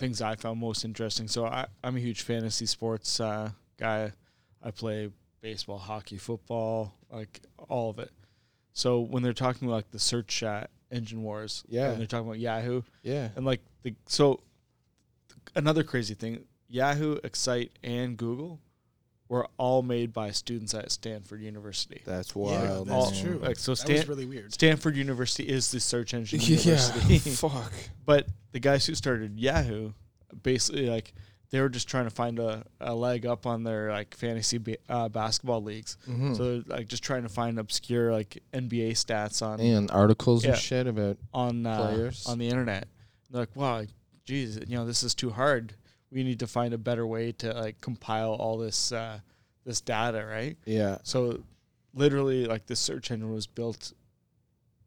things I found most interesting. So I, I'm a huge fantasy sports uh, guy. I play baseball, hockey, football, like all of it. So when they're talking like the search uh, engine wars, Yeah. and they're talking about Yahoo Yeah. and like the so another crazy thing, Yahoo, Excite, and Google were all made by students at Stanford University. That's Yeah, wild. that's man. true. Like so, That was Stan- really weird. Stanford University is the search engine university. yeah. Fuck. But the guys who started Yahoo, basically like they were just trying to find a, a leg up on their like fantasy ba- uh, basketball leagues. Mhm. So they're, like just trying to find obscure like NBA stats on and articles Yeah. and shit about on uh, Players. on the internet. And they're like, wow, geez, you know this is too hard. We need to find a better way to like compile all this uh, this data, right? yeah. So literally, like the search engine was built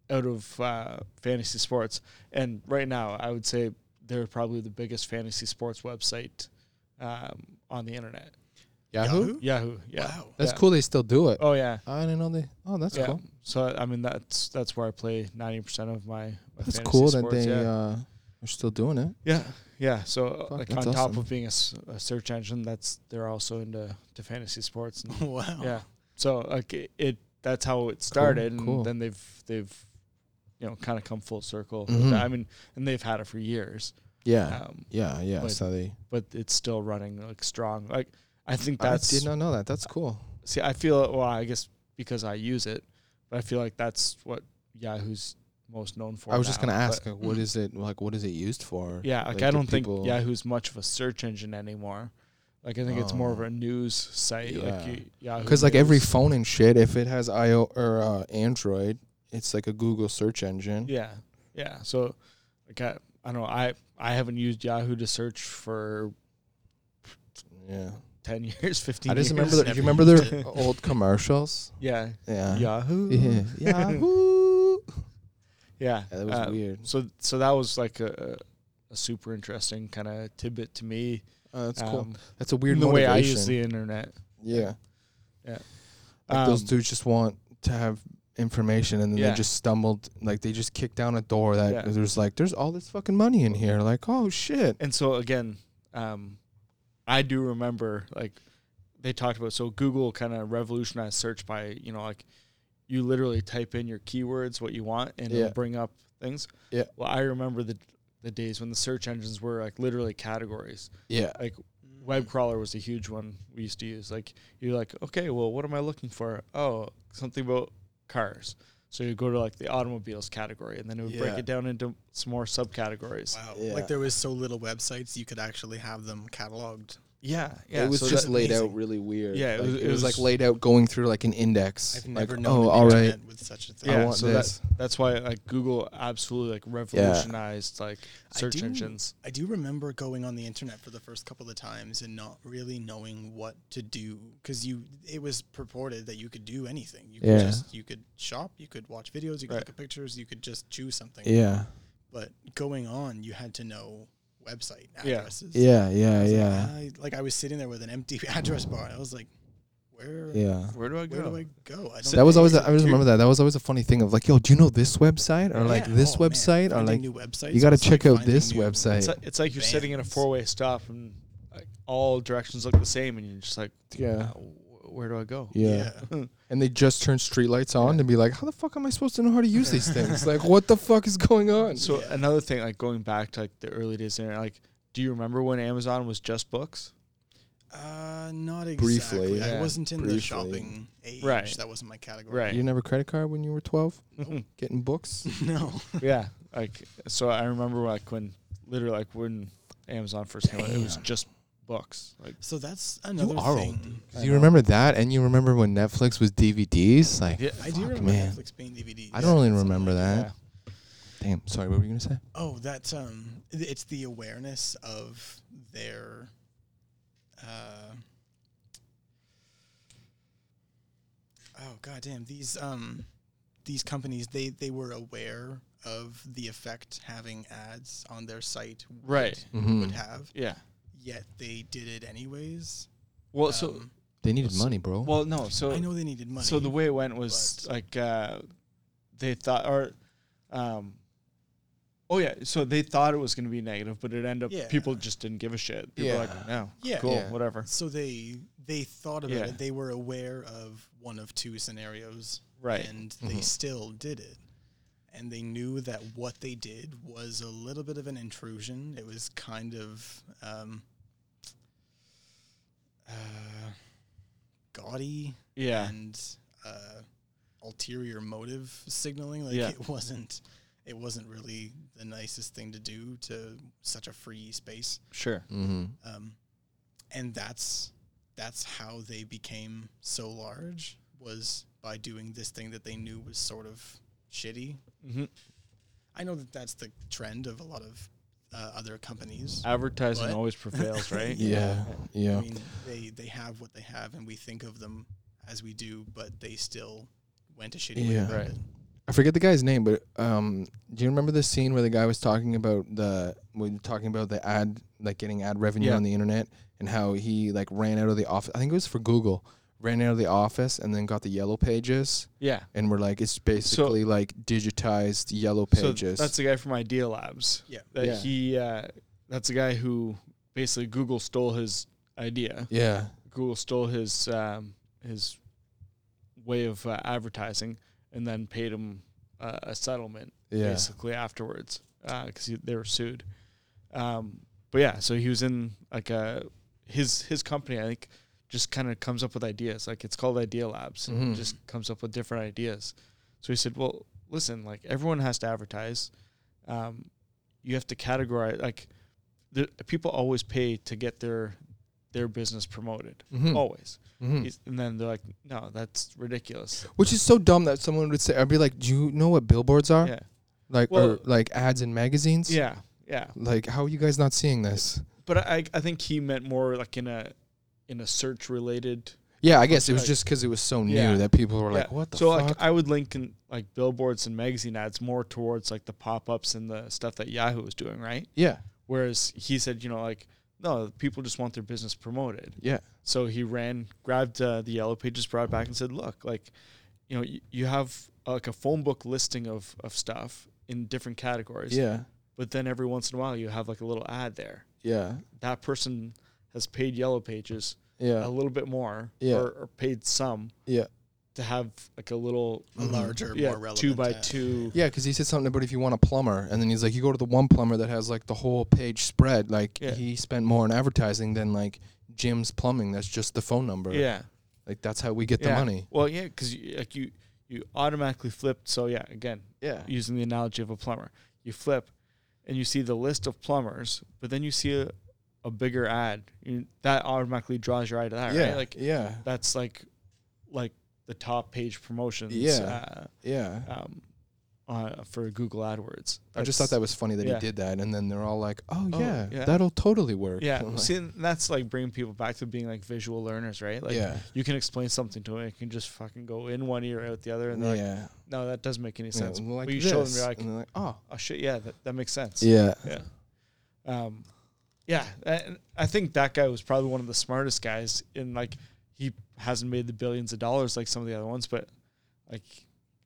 out of uh, fantasy sports, and right now I would say they're probably the biggest fantasy sports website um, on the internet. Yahoo. Yahoo, yeah, Wow. That's Yeah. cool. They still do it. oh yeah, I didn't know they. Oh, that's yeah. cool. So I mean that's that's where I play ninety percent of my. my That's fantasy cool sports, that they yeah. uh, are still doing it. yeah. Yeah, so Fuck, like on that's top awesome. of being a, s- a search engine, that's they're also into to fantasy sports. And, wow. Yeah, so like it, it that's how it started, Oh. cool. and then they've they've you know kind of come full circle. with Mhm. that. I mean, and they've had it for years, Yeah. um, Yeah. Yeah. but- so they. but it's still running like strong. Like I think I that's did not know that. That's cool. see, I feel well, I guess because I use it, but I feel like that's what Yahoo's most known for. I was just now, gonna but- mm. ask, like, what is it like? What is it used for? Yeah, like, Like, I do don't think people- Yahoo's much of a search engine anymore. Like I think it's more of Oh. a news site. Like Yeah. you, Yahoo, Because like every News. phone and shit, if it has IO or uh, Android, it's like a Google search engine. yeah, yeah. So like I, I don't know. I I haven't used Yahoo to search for Yeah. ten years, fifteen. I just years. remember. The, never you remember their used it. old commercials? Yeah, Yeah. Yahoo. Uh-huh. Yeah. Yahoo. yeah. Yeah, that was uh, weird. So so that was like a a super interesting kind of tidbit to me. Uh, that's cool. Um, That's a weird the way I motivation. use the internet. Yeah. Yeah. Like those Um, dudes just want to have information and then Yeah. they just stumbled like they just kicked down a door that Yeah. there's like there's all this fucking money in here like oh shit and so again, um, I do remember like they talked about so Google kind of revolutionized search by you know like you literally type in your keywords what you want and Yeah. it'll bring up things. Yeah. Well, I remember the the days when the search engines were like literally categories. yeah Like web crawler was a huge one we used to use. Like you're like, okay, well, what am I looking for? Oh, something about cars. So you go to like the automobiles category, and then it would break Yeah. it down into some more subcategories. Wow. Yeah. Like there was so little websites you could actually have them cataloged. Yeah, yeah. it was so just that- laid out amazing. really weird Yeah, it Like, was- it, it was, was- like laid out going through like an index I've never like, known oh an all right internet with such a thing. Yeah, I want so this That, that's why like Google absolutely like revolutionized like I search do- engines. I do remember going on the internet for the first couple of times and not really knowing what to do because you it was purported that you could do anything. You Yeah. could just you could shop, you could watch videos, you Right. could look at pictures, you could just choose something. yeah But going on, you had to know website Yeah. addresses. yeah yeah I was like, yeah "Ah." I- like I was sitting there with an empty address bar. and I was like, where yeah Where do I where do I go? I So that was always I always Dude. remember that that was always a funny thing of like yo do you know this website or Yeah. like this Oh, man. website or Finding like new websites you got to was like check out finding this new- It's website like, it's like you're sitting in a Vans. four way stop and like all directions look the same, and you're just like, yeah "Uh, wh- where do I go? yeah Yeah. and they just turned streetlights on to be like, how the fuck am I supposed to know how to use these things? like, what the fuck is going on? So Yeah. another thing, like going back to like the early days, there, like, do you remember when Amazon was just books? Uh, not Briefly, exactly. yeah, I wasn't in briefly. the shopping age. Right. That wasn't my category. Right. Mm-hmm. you never credit card when you were twelve, getting books. No. yeah, Like so, I remember like when literally like when Amazon first came out, it was Damn. just books. Like So that's another are old, thing. I you know. remember that, and you remember when Netflix was DVDs. Like, Yeah. I do Fuck, remember man. Netflix being DVD. I don't yeah, really something remember like that. Damn. Sorry, what were you gonna say? Oh, that's um, th- it's the awareness of their, uh, oh goddamn these um, these companies they they were aware of the effect having ads on their site would, Right. Mhm. would have, yeah. yet they did it anyways. Well, so Um, They needed money, bro. well no. So I know they needed money. So the way it went was but- like uh, they thought, or um, oh yeah, so they thought it was going to be negative, but it ended up Yeah. people just didn't give a shit. People were Yeah. like, no, yeah, cool, Yeah. whatever, So they they thought about Yeah. it. They were aware of one of two scenarios, right? Mm-hmm. And they Mhm. still did it, and they knew that what they did was a little bit of an intrusion. It was kind of um, uh, gaudy yeah, and uh, ulterior motive signaling. Like Yeah. it wasn't. It wasn't really the nicest thing to do to such a free space sure. mm-hmm. um, and that's that's how they became so large was by doing this thing that they knew was sort of shitty. hmm I know that that's the trend of a lot of uh, other companies. Advertising What? always prevails, right? Yeah. Yeah. I mean, they they have what they have, and we think of them as we do, but they still went a shitty way Yeah. about Right. it. I forget the guy's name, but um, do you remember the scene where the guy was talking about the when talking about the ad, like getting ad revenue Yeah. on the internet, and how he like ran out of the office? I think it was for Google. Ran out of the office and then got the yellow pages, yeah. and we're like, it's basically like digitized yellow pages. So that's the guy from Idea Labs. Yeah. That Yeah. he, uh, that's the guy who basically Google stole his idea. yeah, Google stole his um, his way of uh, advertising and then paid him uh, a settlement yeah, basically afterwards because they were sued. Um, but yeah, so he was in like a his his company. I think just kind of comes up with ideas. Like it's called Idea Labs. And Mhm. it just comes up with different ideas. So he said, "Well, listen, like everyone has to advertise. Um, you have to categorize. Like the, people always pay to get their their business promoted. Mhm. Always. Mhm. Oh, He's- And then they're like, no, that's ridiculous. Which is so dumb that someone would say, I'd be like, do you know what billboards are? Yeah, Like, or Well- like ads in magazines? yeah, yeah." Like, how are you guys not seeing this? But I I think he meant more like in a in a search related. Yeah, I guess it was like- just because it was so new Yeah. that people were like, Yeah. what the so fuck? like I would link in like billboards and magazine ads more towards like the pop ups and the stuff that Yahoo was doing, right? yeah, Whereas he said, you know, like no, people just want their business promoted. yeah. So he ran, grabbed uh, the yellow pages, brought it back, and said, look, like you know, you, you have uh, like a phone book listing of of stuff in different categories. Yeah, But then every once in a while, you have like a little ad there. yeah, That person has paid yellow pages a yeah, little bit more Yeah. or, or paid some yeah, to have like a little A Mm-hmm. larger, yeah, more relevant two by ad. two yeah. Because he said something about if you want a plumber, and then he's like, you go to the one plumber that has like the whole page spread. Like, Yeah. he spent more on advertising than like Jim's plumbing. That's just the phone number. yeah like that's how we get the yeah. money. well yeah because you, like you you automatically flipped so yeah again Yeah, using the analogy of a plumber you flip and you see the list of plumbers but then you see a, a bigger ad you, that automatically draws your eye to that yeah, right like yeah, that's like like the top page promotions Yeah. yeah. uh, um, uh, for Google AdWords I just thought That's- that was funny that yeah. he did that, and then they're all like, "Oh, Oh, yeah, yeah. that'll totally work." Yeah, I'm like, see, and that's like bringing people back to being like visual learners, right? Like, yeah, you can explain something to them, it can just fucking go in one ear out the other, and they're like, yeah. "No, that doesn't make any yeah, sense." like but you show them, this, you're like, and they're like, "Oh, "Oh shit, yeah, that, that makes sense." yeah, yeah, um, yeah. And I think that guy was probably one of the smartest guys in like he hasn't made the billions of dollars like some of the other ones, but like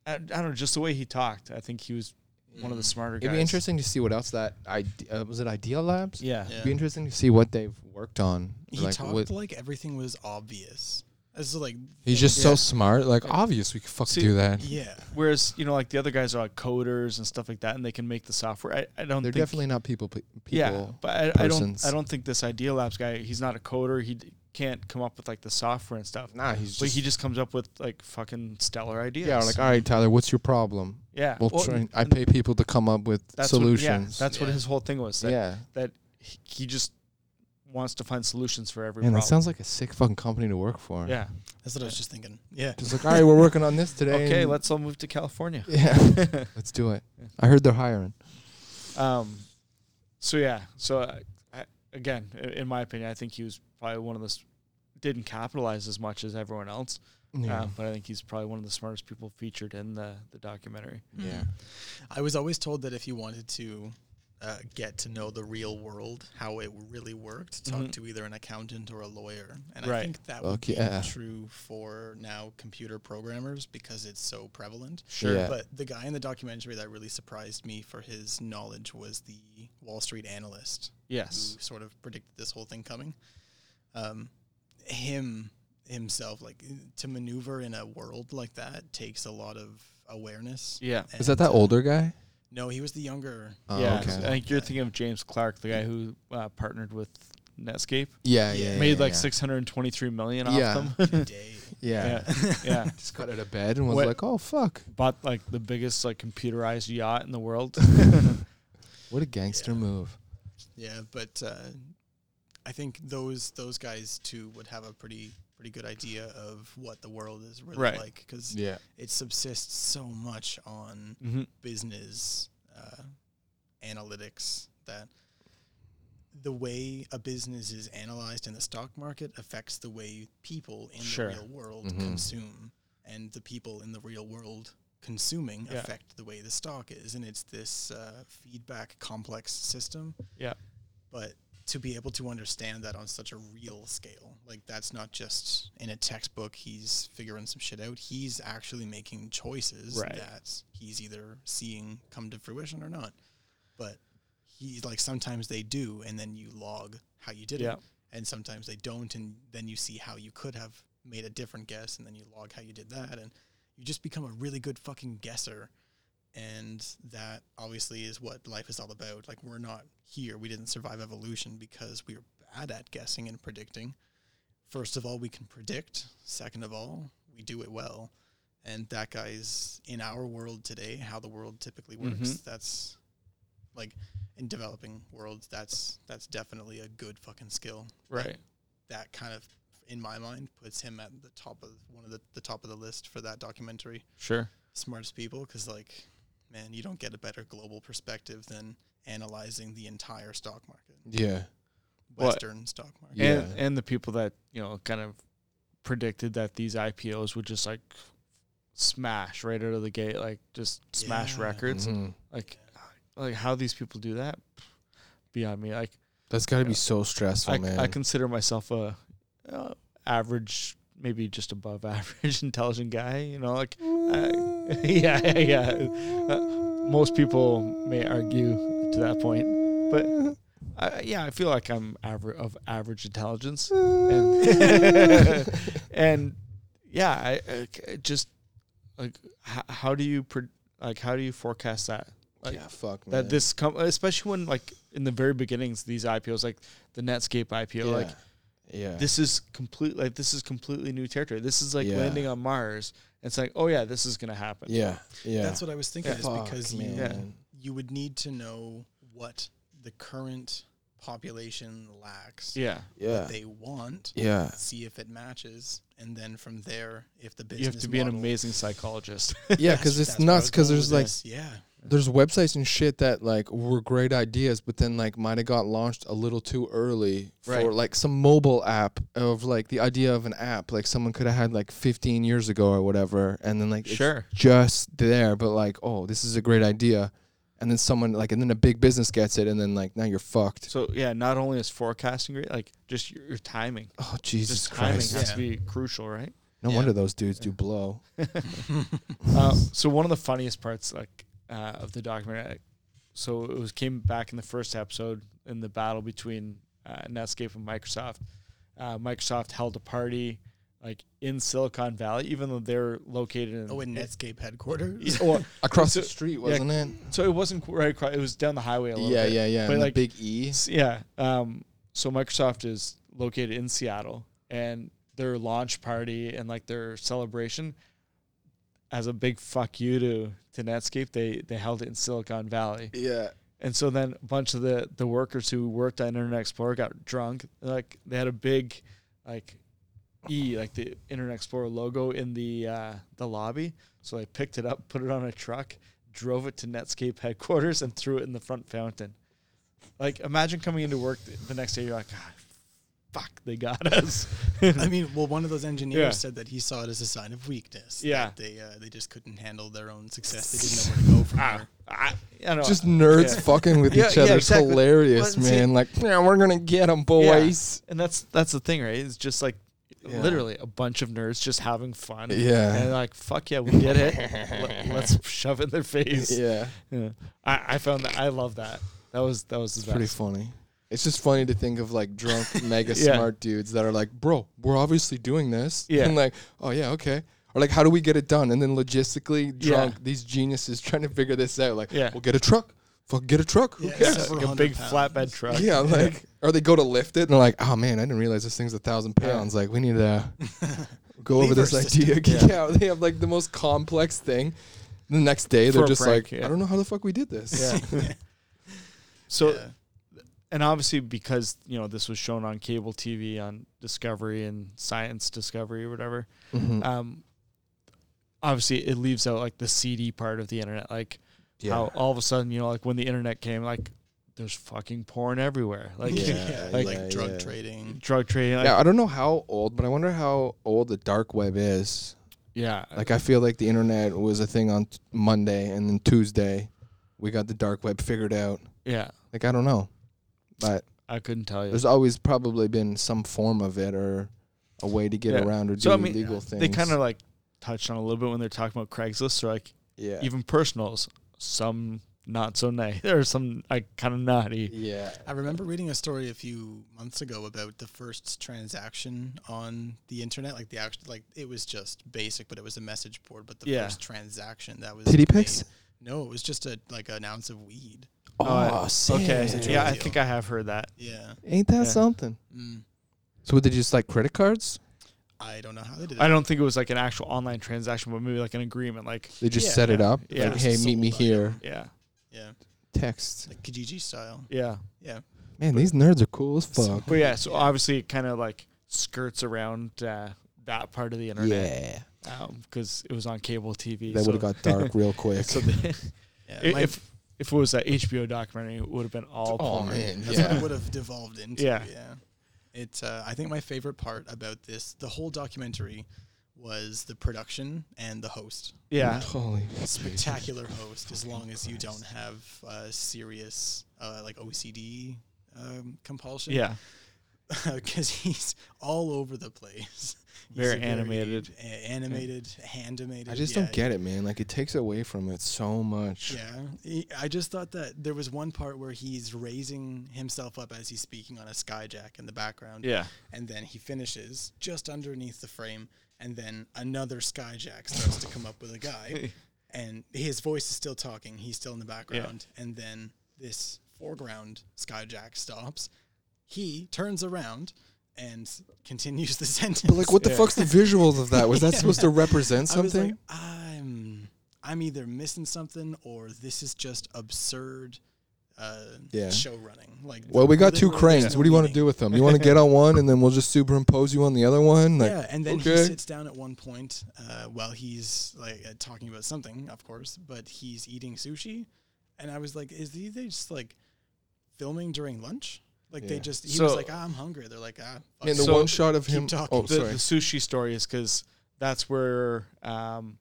I, I don't know, just the way he talked, I think he was one of the smarter guys. Mm. It'd be interesting to see what else that ide- uh, was it Idea Labs. Yeah, Yeah. It'd be interesting to see what they've worked on. He talked what- like everything was obvious. As like he's things- just so smart. Like, obvious, we could fuck See, do that. yeah. Whereas you know, like the other guys are like coders and stuff like that, and they can make the software. I, I don't. They're think, definitely not people. pe- people. yeah, but I, I don't. persons. I don't think this Idea Labs guy. He's not a coder. He d- can't come up with like the software and stuff. Nah, he's Like just, he just comes up with like fucking stellar ideas. yeah. Like, all right, Tyler, what's your problem? yeah. We'll Well, try. I and pay people to come up with that's what- yeah, solutions. that's what Yeah. his whole thing was. That yeah. he- he just wants to find solutions for every Man, that problem. sounds like a sick fucking company to work for. yeah. That's what I was just thinking. Yeah. Just like, all right, we're working on this today. Okay, and- let's all move to California. Yeah. let's do it. Yeah. I heard they're hiring. Um, so yeah, so I, I, again, i- in my opinion, I think he was probably one of the s- didn't capitalize as much as everyone else, Yeah. um, but I think he's probably one of the smartest people featured in the the documentary. yeah. Mm. I was always told that if you wanted to uh, get to know the real world, how it really worked, talk Mhm. to either an accountant or a lawyer. And I Right. think that Mm-hmm. Fuck would be yeah. true for now computer programmers because it's so prevalent. Sure. Yeah. But the guy in the documentary that really surprised me for his knowledge was the Wall Street analyst Yes. who sort of predicted this whole thing coming. Um, him himself, like to maneuver in a world like that, takes a lot of awareness. Yeah. Is that that And, uh, older guy? No, he was the younger. Oh, yeah. okay. I think you're thinking of James Clark, the guy who uh, partnered with Netscape, Yeah, yeah. yeah, made like yeah. 623 million Yeah. off them. day. Yeah. yeah. Yeah. Just got out of bed and was What- like, oh, fuck. Bought like the biggest like computerized yacht in the world. What a gangster Yeah. move. Yeah, but uh, I think those those guys too would have a pretty pretty good idea of what the world is really Right. like because Yeah. it subsists so much on hmm business uh, analytics that the way a business is analyzed in the stock market affects the way people in Sure. Mm-hmm. the real world Mhm. consume and the people in the real world consuming Yeah. affect the way the stock is and it's this uh, feedback complex system Yeah. but to be able to understand that on such a real scale like that's not just in a textbook he's figuring some shit out he's actually making choices Right. that he's either seeing come to fruition or not but he's like sometimes they do and then you log how you did Yeah. it and sometimes they don't and then you see how you could have made a different guess and then you log how you did that and you just become a really good fucking guesser and that obviously is what life is all about like we're not here we didn't survive evolution because we were bad at guessing and predicting first of all we can predict second of all we do it well and that guy's in our world today how the world typically works Mhm. that's like in developing worlds that's that's definitely a good fucking skill Right. that kind of in my mind puts him at the top of one of the, the top of the list for that documentary Sure. smartest people because like man you don't get a better global perspective than analyzing the entire stock market Yeah. Well, western stock market Yeah. and and the people that you know kind of predicted that these IPOs would just like smash right out of the gate, like just smash Yeah. records. Mhm. Like, like how these people do that, beyond me. Like, That's got to be Yeah. so stressful, I, man. I consider myself a uh, average, maybe just above average intelligent guy. You know, like I- yeah, yeah, yeah. Uh, most people may argue to that point, but I, yeah, I feel like I'm aver- of average intelligence. And, and yeah, I, I it just like how, how do you pre- like how do you forecast that like, yeah, fuck, man. that this com- especially when like in the very beginnings these IPOs like the Netscape IPO like yeah. this is complete like this is completely new territory. This is like Yeah. landing on Mars. It's like oh yeah, this is gonna happen. yeah, yeah. that's what i was thinking Yeah. is Fuck, because you man. Yeah. you would need to know what the current population lacks yeah. Yeah. they want Yeah. see if it matches and then from there if the business You have to be an model- amazing psychologist. Yeah, That's- because it's that's where I nuts. was Because going there's with like this. yeah there's websites and shit that like were great ideas, but then like might have got launched a little too early for Right. like some mobile app of like the idea of an app like someone could have had like 15 years ago or whatever, and then like it's Sure. just there, but like oh this is a great idea, and then someone like and then a big business gets it, and then like now you're fucked. So yeah, not only is forecasting great, like just your, your timing. Oh Jesus just timing Christ! has Yeah. to be crucial, right? No Yeah. wonder those dudes do blow. Uh, so one of the funniest parts, like uh, of the documentary, so it was came back in the first episode in the battle between uh, Netscape and Microsoft. Uh, Microsoft held a party like in Silicon Valley, even though they're located in. oh in netscape headquarters Yeah, well, Across So- the street, yeah. wasn't it? so it wasn't qu- right across. It was down the highway a little Yeah, bit. yeah, yeah. But And like- the big E. S- Yeah. Um, so Microsoft is located in Seattle. and their launch party and like their celebration as a big fuck you to to Netscape, they they held it in Silicon Valley. Yeah. And so then a bunch of the the workers who worked on Internet Explorer got drunk. Like they had a big like E, like the Internet Explorer logo in the uh, the lobby. So they picked it up, put it on a truck, drove it to Netscape headquarters, and threw it in the front fountain. Like imagine coming into work th- the next day, you're like, ah, fuck, they got us. I mean, well, one of those engineers Mm-hmm. Yeah. said that he saw it as a sign of weakness. that Yeah. they uh, they just couldn't handle their own success. They didn't know where to go from there. I, I don't know. Just nerds Yeah. fucking with Yeah, each yeah, other. exactly. It's hilarious, But see- man. Like, yeah, we're gonna get them, boys. and that's that's the thing, right? It's just like Yeah. literally a bunch of nerds just having fun. Yeah. and like fuck yeah, we get it. Let, let's shove it in their face. Yeah, Yeah. I, I found that I love that. That was that was the it's best. pretty funny. It's just funny to think of like drunk, mega Yeah. smart dudes that are like, "Bro, we're obviously doing this," Yeah. and like, "Oh yeah, okay," or like, "How do we get it done?" And then logistically drunk, these geniuses trying to figure this out. Like, Yeah. we'll get a truck. Fuck, get a truck. Who Yeah, cares? It's Several like a hundred big pounds. flatbed truck. Yeah, like, or they go to lift it and they're like, oh man, I didn't realize this thing's a thousand Yeah. pounds. Like, we need to go Lever over this idea. system. Yeah. they have like the most complex thing. The next day, For they're a just prank, like, yeah. I don't know how the fuck we did this. Yeah. So Yeah. and obviously because you know this was shown on cable TV on Discovery and Science Discovery or whatever, Mhm. um, obviously it leaves out like the CD part of the internet, like Yeah. how all of a sudden you know like when the internet came, like there's fucking porn everywhere, like Yeah, like- like, drug yeah. trading. drug trading, like, Yeah, I don't know how old, but I wonder how old the dark web is. yeah, Like, I feel like the internet was a thing on t- Monday, and then Tuesday, we got the dark web figured out. yeah. Like, I don't know, but I couldn't tell you. there's always probably been some form of it or a way to get Yeah. around or do So, I mean, legal things. they kind of like touched on a little bit when they're talking about Craigslist, so like yeah, even personals, some not so nice, or some like kind of naughty. yeah, I remember reading a story a few months ago about the first transaction on the internet. Like the actual, like it was just basic, but it was a message board. But the Yeah. first transaction that was Titty made- pics? No, it was just a like an ounce of weed. Uh, okay, sick. yeah, I think I have heard that. Yeah, ain't that Yeah. something? mm. So what, did you just like credit cards? I don't know how they did it. I don't think it was like an actual online transaction, but maybe like an agreement, like They just Yeah. set it up. Yeah. Like, hey, Just meet me sold item. here. yeah, yeah, Text. like Kijiji style. yeah. Yeah, Man, these nerds are cool as fuck. But yeah, so obviously it kind of like skirts around uh, that part of the internet Yeah, because Um, it was on cable TV. that so would have got dark real quick. so the, yeah. i- my- if if it was that HBO documentary, it would have been all. Oh, porn. man, That's what yeah. it would have devolved into. Yeah. Yeah. It's uh, I think my favorite part about this, the whole documentary, was the production and the host. yeah, Holy Spectacular host, as long as you don't have uh, serious uh, like OCD um, compulsion. yeah. because he's all over the place. He's Very a animated. a- animated, hand animated. I just yeah, don't get it, man. Like it takes away from it so much. Yeah, he, I just thought that there was one part where he's raising himself up as he's speaking on a skyjack in the background. Yeah. and then he finishes just underneath the frame, and then another skyjack starts to come up with a guy, and his voice is still talking. He's still in the background, and then this foreground skyjack stops. He turns around and continues the sentence. But like, what the Yeah. fuck's the visuals of that? Was that supposed to represent I was something? like, I'm I'm either missing something or this is just absurd uh, Yeah. show running. Like, well, we got two literally there's cranes. no What do you want to meaning. do with them? You want to get on one, and then we'll just superimpose you on the other one? Like, yeah, and then he okay. sits down at one point uh, while he's like uh, talking about something, of course, but he's eating sushi, and I was like, "Is he they just like filming during lunch? Like they Yeah. just he So- was like, ah, "I'm hungry." They're like, "Ah, fuck Man, the it." So- one shot of Keep him. talking. Oh, the, sorry. the sushi story is because that's where um,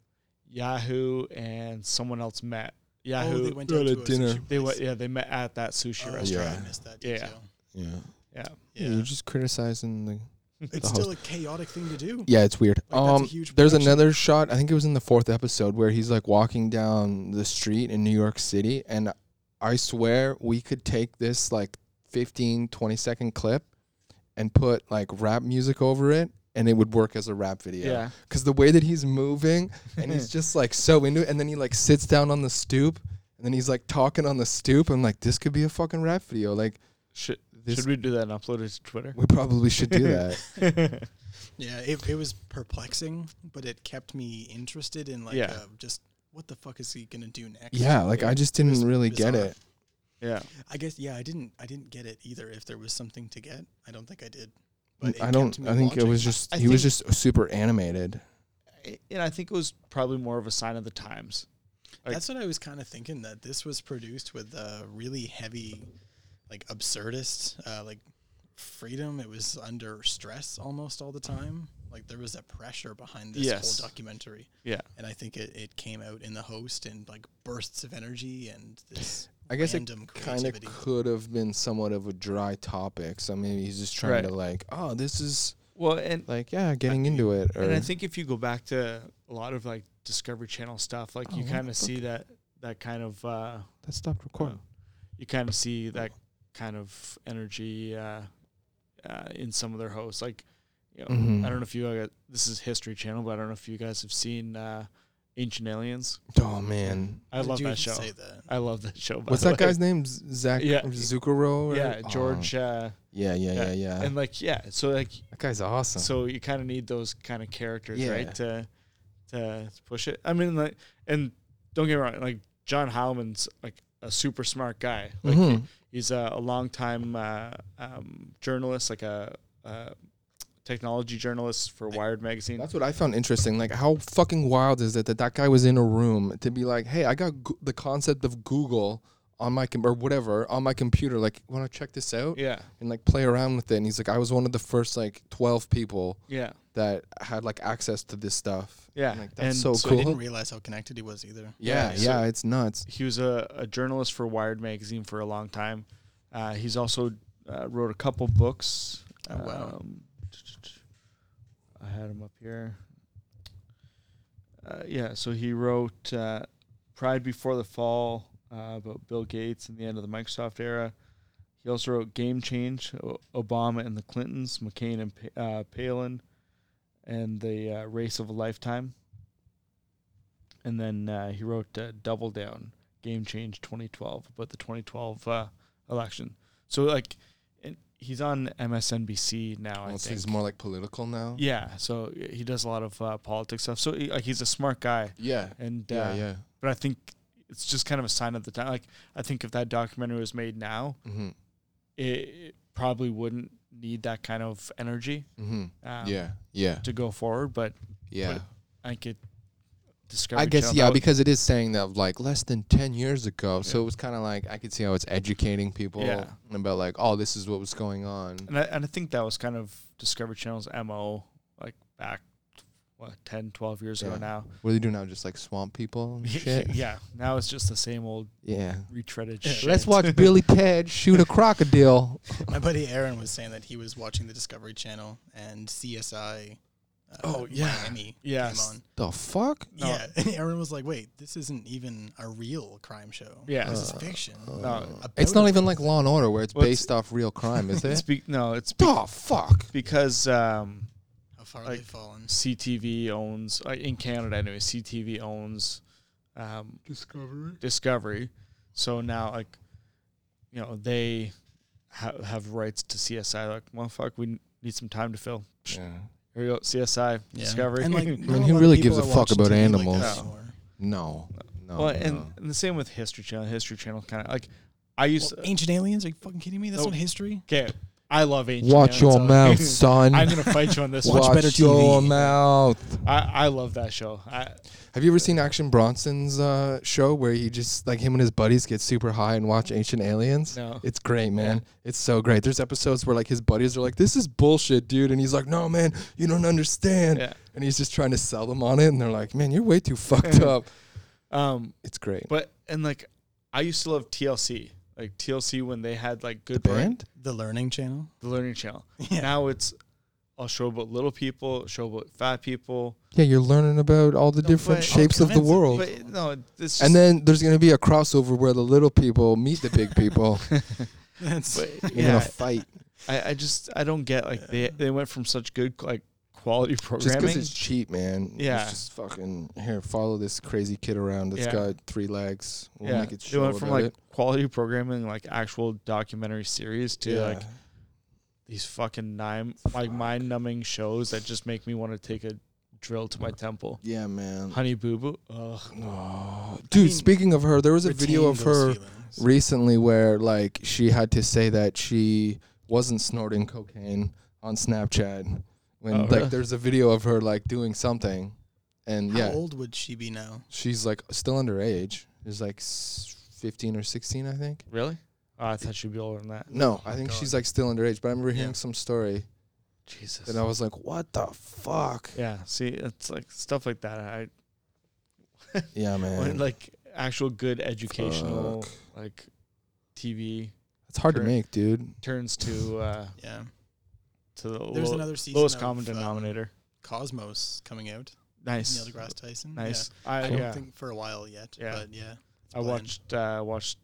Yahoo and someone else met. Yahoo, they oh, they went. went out Go to to a dinner. Sushi They place. went, yeah, they met at that sushi Oh, restaurant. that's Yeah. right, I missed that Yeah. detail. Yeah. Yeah, Yeah. You're just criticizing the. It's the still a chaotic thing to do. Yeah, it's weird. Like, that's a um, huge there's production. another shot. I think it was in the fourth episode where he's like walking down the street in New York City, and I swear we could take this like 15, 20 second clip and put like rap music over it, and it would work as a rap video. Yeah. Because the way that he's moving, and he's just like so into it, and then he like sits down on the stoop, and then he's like talking on the stoop. I'm like, this could be a fucking rap video. Like Should, This, Should we do that and upload it to Twitter? we probably should do that. Yeah, it, it was perplexing, but it kept me interested in like Yeah. uh, just what the fuck is he gonna do next? yeah, like I just didn't It's really get bizarre. it. yeah. I guess yeah, I didn't I didn't get it either. If there was something to get, I don't think I did. But it Mm, I kept don't. me I think it watching. was just I he was think- just super animated. I- And I think it was probably more of a sign of the times. like- That's what I was kind of thinking that this was produced with a really heavy, like absurdist, uh, like freedom. It was under stress almost all the time. Like there was a pressure behind this Yes. whole documentary, Yeah. and I think it, it came out in the host in like bursts of energy and this I guess it random kind of creativity. could have been somewhat of a dry topic. So maybe he's just trying Right. to like, oh, this is Well, and like, yeah, getting into it. Or and I think if you go back to a lot of like Discovery Channel stuff, like Oh, you what kind the of see that that kind of uh, that stopped recording. you kind of see that kind of energy uh, uh, in some of their hosts. Like, you know, Mhm. I don't know if you uh, this is History Channel, but I don't know if you guys have seen uh, Ancient Aliens. Oh man, I Did love you that show. Say that. I love that show. by what's the that way. guy's name? Z- Zach Yeah. Zucchero? or- Yeah, Oh, George. Uh, yeah, yeah, yeah, yeah. yeah. and like, yeah. So like, that guy's awesome. so you kind of need those kind of characters, Yeah. right, to to push it. I mean, like, and don't get me wrong, like John Howman's like a super smart guy. Like Mhm. he's a, a long time uh, um, journalist, like a, a technology journalist for Wired magazine. That's what I found interesting. Like, how fucking wild is it that that guy was in a room to be like, "Hey, I got go- the concept of Google on my com- or whatever on my computer. Like, want to check this out yeah, and like play around with it?" And he's like, "I was one of the first like twelve people yeah, that had like access to this stuff." yeah. I'm like, that's And so So I cool. didn't realize how connected he was either. Yeah, Yeah, so- yeah, it's nuts. He was a, a journalist for Wired magazine for a long time. Uh, he's also uh, wrote a couple books. Oh, wow. Um, I had him up here. Uh, yeah, so he wrote uh, Pride Before the Fall uh, about Bill Gates and the end of the Microsoft era. He also wrote Game Change, o- Obama and the Clintons, McCain and Pa- uh, Palin, and the uh, Race of a Lifetime. And then uh, he wrote uh, Double Down, Game Change 2012, about the 2012 uh, election. So, like, and he's on MSNBC now, I Well, think. he's more like political now. Yeah, so he does a lot of uh, politics stuff. So he, like he's a smart guy, yeah, and uh, yeah, yeah. but I think it's just kind of a sign of the time. Like I think if that documentary was made now, Mm-hmm. it, it probably wouldn't need that kind of energy Mm-hmm. um, yeah, yeah, to go forward. But yeah. but I could discover. I guess yeah, because it is saying that like less than ten years ago, so Yeah. it was kind of like I could see how it's educating people Yeah. about like oh this is what was going on. and I, and I think that was kind of Discovery Channel's mo like back what 10, 12 years Yeah. ago now. What do they do now? Just like swamp people and shit. yeah, now it's just the same old yeah. retreaded Yeah, shit. Let's watch Billy Ted shoot a crocodile. My buddy Aaron was saying that he was watching the Discovery Channel and CSI. Uh, Oh, yeah. Miami Yes. came on. The fuck? No. Yeah, and Aaron was like, "Wait, this isn't even a real crime show. Yeah. Uh, this is fiction. No, It's not even like Law and Order where it's Well, it's- based off real crime, is it's it? be, no, it's be- oh fuck. because um, how far like- they've fallen. CTV owns uh, in Canada anyway. CTV owns um, Discovery. Discovery. So now, like, you know, they ha- have rights to CSI. Like, well, fuck, we n- need some time to fill. Here we go, CSI, Discovery. And like, mean, not who a lot of really people gives a are fuck watching about TV like that animals? No. anymore. No. No. well, Oh, no. and, and the same with History Channel. History Channel kind of like I used. Well, ancient aliens? Are you fucking kidding me? That's No. not history. okay, I love ancient. aliens, watch your so- mouth, son. I'm gonna fight you on this Watch one. watch better your TV. mouth. I, I love that show. I, Have you ever seen Action Bronson's uh, show where he just like him and his buddies get super high and watch Ancient Aliens? No. It's great, man. It's so great. There's episodes where like his buddies are like, "This is bullshit, dude," and he's like, "No, man, you don't understand." Yeah. And he's just trying to sell them on it, and they're like, "Man, you're way too fucked up." um, It's great. but and like I used to love TLC. Like TLC when they had like good the brain- band? The Learning Channel. the Learning Channel. Yeah. Now it's I'll show about little people, I'll show about fat people, Yeah, you're learning about all the No, different but- shapes of the kinds of world. but it- no, this and then there's gonna be a crossover where the little people meet the big people. That's but, You're gonna yeah, fight. I, I just I don't get like they they went from such good like quality Just programming. because it's cheap, man. It's Yeah. just fucking here. Follow this crazy kid around that's Yeah. got three legs. We'll yeah, make it it show went from about like it. quality programming, like actual documentary series, to like Yeah. these fucking nine, like Fuck. mind-numbing shows that just make me want to take a drill to my temple. yeah, man. Honey Boo Boo. Ugh. Oh. Dude, speaking of her, there was a video of her recently where like she had to say that she wasn't snorting cocaine on Snapchat. When Oh, like really? there's a video of her like doing something, and How yeah, old would she be now? she's like still underage. She's like s- 15 or 16, I think. Really? Oh, I thought she'd be older than that. No, Oh I my think God. she's like still underage. But I remember Yeah. hearing some story, Jesus. and I was like, "What the fuck?" Yeah. See, it's like stuff like that. I Yeah, when, man. like actual good educational Fuck. like TV It's hard to Correct. make, dude. turns to uh Yeah. to the There's low- another season. lowest of, common um, denominator. Cosmos coming out. Neil Nice. deGrasse Tyson. Yeah. Nice. I I don't yeah. think for a while yet. Yeah. But yeah. I Glenn. watched uh watched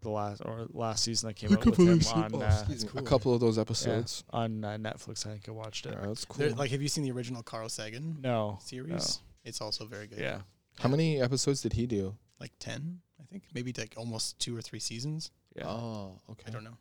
the last or last season that came out with him on uh, Oh, a cool. couple of those episodes. on uh, Netflix. I think I watched it. Yeah, that's cool. There, like, have you seen the original Carl Sagan No. series? It's also very good. Yeah. How many episodes did he do? Like 10, I think. Maybe like almost two or three seasons. Yeah. Oh, okay. I don't know.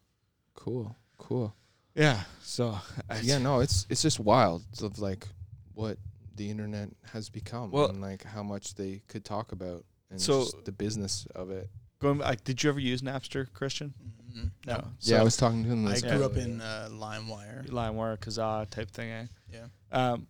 Cool. Cool. Yeah. So I- yeah, no, it's it's just wild of like what the internet has become Well- and like how much they could talk about and So- just the business of it. Going like, did you ever use Napster, Christian? Mm, No. So, yeah, I was talking to him. I This Yeah. grew up in uh, LimeWire. LimeWire, Kazaa type thing. Eh? Yeah. Um,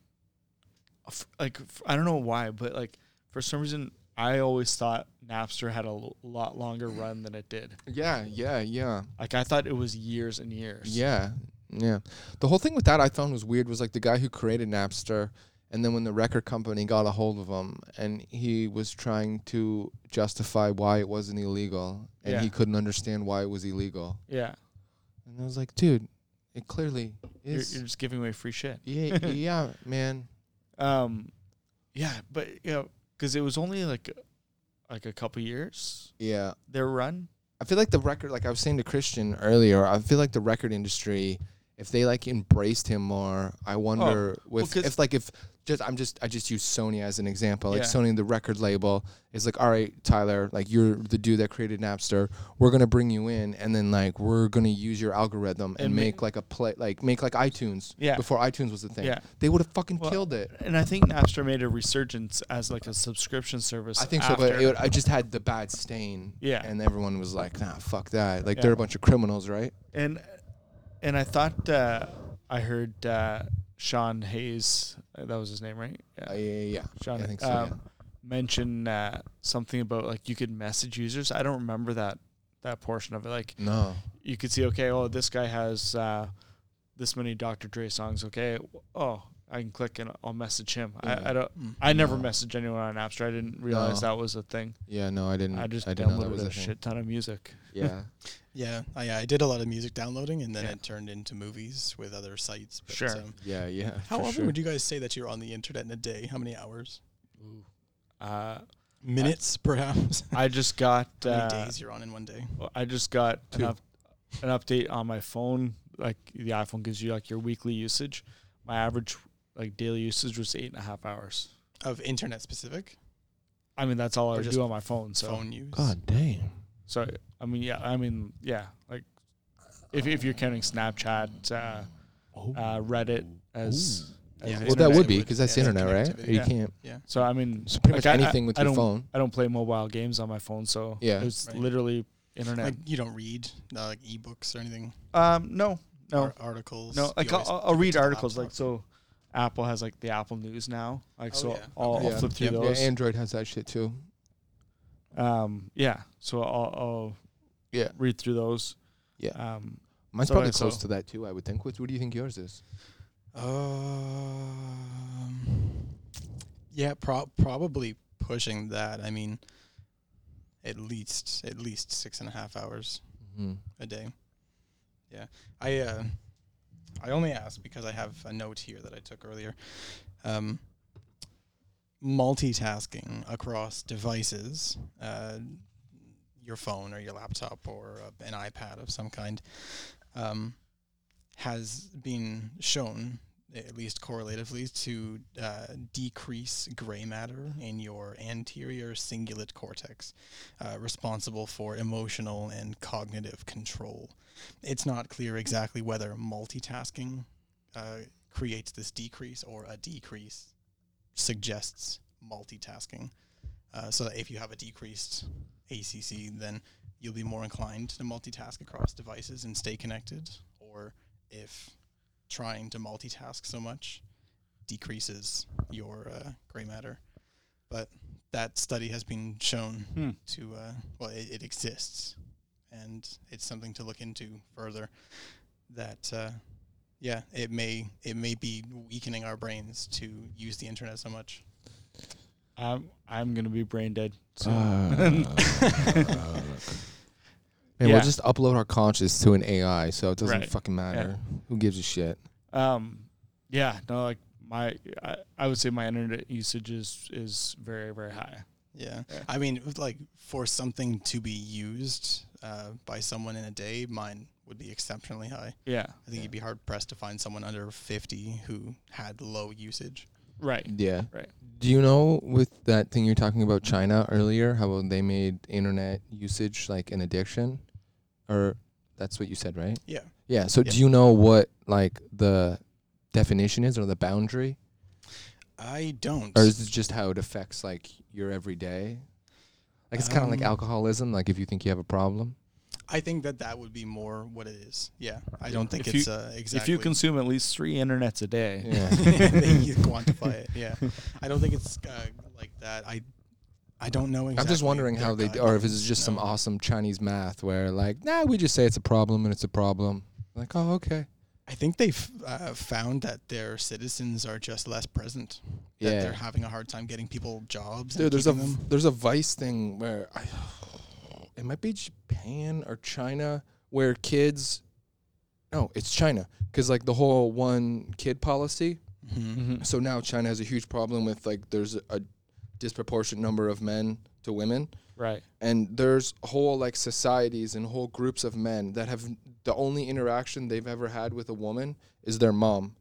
f- like f- I don't know why, but like for some reason I always thought Napster had a l- lot longer run than it did. yeah, yeah, yeah, Like I thought it was years and years. yeah, yeah. The whole thing with that I found was weird was like the guy who created Napster, and then when the record company got a hold of him and he was trying to justify why it wasn't illegal and Yeah. he couldn't understand why it was illegal, Yeah. and I was like, dude, it clearly You're, is. E you're just giving away free shit. yeah, yeah, man. Um, yeah, but you know, because it was only like like a couple years Yeah. their run. I feel like the record, like I was saying to Christian earlier, I feel like the record industry, if they like embraced him more, I wonder with, Oh, 'cause- if like if just I'm just I just use Sony as an example. Like Yeah. Sony, the record label is like, all right, Tyler, like you're the dude that created Napster. We're gonna bring you in, and then like we're gonna use your algorithm and, And ma- make, like a play, like make like iTunes. Yeah. Before iTunes was a thing, Yeah. they would have fucking Well, killed it. And I think Napster made a resurgence as like a subscription service. I think so, but after- it would, I just had the bad stain. Yeah. And everyone was like, nah, fuck that. Like Yeah. they're a bunch of criminals, right? and and I thought uh, I heard uh, Sean Hayes, uh, that was his name, right? Uh, yeah, yeah, yeah. Sean, I think so. um, mention uh, something about like you could message users. I don't remember that that portion of it. Like yeah. No. you could see, okay, oh, this guy has uh, this many Dr. Dre songs. Okay, oh, I can click and I'll message him. I, Yeah. I don't. Mm. I never No. messaged anyone on Napster. I didn't realize No. that was a thing. Yeah, no, I didn't. I just didn't know that downloaded was a a thing. shit ton of music. Yeah. Yeah, I, yeah, I did a lot of music downloading, and then Yeah. it turned into movies with other sites. But, Sure. um, yeah, yeah. how for often sure. would you guys say that you're on the internet in a day? How many hours? Uh, Minutes, perhaps. I just got how many uh, days you're on in one day? Well, I just got an, Two. up, an update on my phone. Like the iPhone gives you like your weekly usage. My average like daily usage was eight and a half hours. Of internet specific I mean that's all Or I just do on my phone. So phone use. God damn. so I mean yeah I mean yeah like if if you're counting Snapchat, uh, Oh. uh, Reddit as, as Yeah. well, that internet. would be because that's Yeah, the internet, right? connectivity. You Yeah. can't. So I mean So pretty like, I- much I- anything with I your don't- phone. I don't play mobile games on my phone, so Yeah. it was Right. literally internet. Like you don't read uh, like ebooks or anything. um, no, no, Ar- articles. No, You like uh, I'll, always I'll- I'll read to the articles. Like laptop. so, Apple has like the Apple News now. Like Oh, so, yeah. I'll, I'll Yeah. flip through Yep. Yeah, those. Android has that shit too. um, yeah. So I'll, I'll Yeah. read through those. Yeah. Um, Mine's So probably it's close all- to that too, I would think. What, what do you think yours is? uh, Um, yeah, pro- probably pushing that. I mean, at least at least six and a half hours Mm-hmm. a day. Yeah, I uh, I only ask because I have a note here that I took earlier. Um, multitasking across devices, uh, your phone or your laptop or uh, an iPad of some kind, um, has been shown at least correlatively, to uh, decrease gray matter in your anterior cingulate cortex, uh, responsible for emotional and cognitive control. It's not clear exactly whether multitasking uh, creates this decrease or a decrease suggests multitasking. Uh, so that if you have a decreased ACC, then you'll be more inclined to multitask across devices and stay connected. Or if trying to multitask so much decreases your uh, gray matter. But that study has been shown Hmm. to, uh, well, it, it exists. And it's something to look into further. That, uh, yeah, it may it may be weakening our brains to use the internet so much. I'm I'm gonna be brain dead. So Uh. Man, Yeah. we'll just upload our conscious to an AI, so it doesn't Right. fucking matter. Who gives a shit? Um, yeah, no, like my, I, I would say my internet usage is is very very high. Yeah. Yeah. I mean, with, like for something to be used uh, by someone in a day, mine would be exceptionally high. Yeah, I think you'd be hard pressed to find someone under 50 who had low usage. right. Yeah. Right. Do you know with that thing you're talking about China earlier, how they made internet usage like an addiction? Or that's what you said, right? Yeah. Yeah. So Yeah. do you know what like the definition is or the boundary? I don't. Or is it just how it affects like your everyday? Like it's kind of like Um, alcoholism, like if you think you have a problem. I think that that would be more what it is. Yeah. I Yeah. don't think If it's you- uh, exactly. If you consume at least three internets a day, Yeah. They can quantify it. Yeah. I don't think it's uh, like that. I I don't know exactly. I'm just wondering their how they d- or if it's guidelines, just some no. awesome Chinese math where like, nah, we just say it's a problem and it's a problem. Like, oh, okay. I think they've uh, found that their citizens are just less present. That Yeah. they're having a hard time getting people jobs. Dude, and there's a keeping them. there's a vice thing where I, it might be Japan or China where kids, no, it's China because like the whole one kid policy. Mhm. Mhm. So now China has a huge problem with like there's a disproportionate number of men to women, right. and there's whole like societies and whole groups of men that have the only interaction they've ever had with a woman is their mom.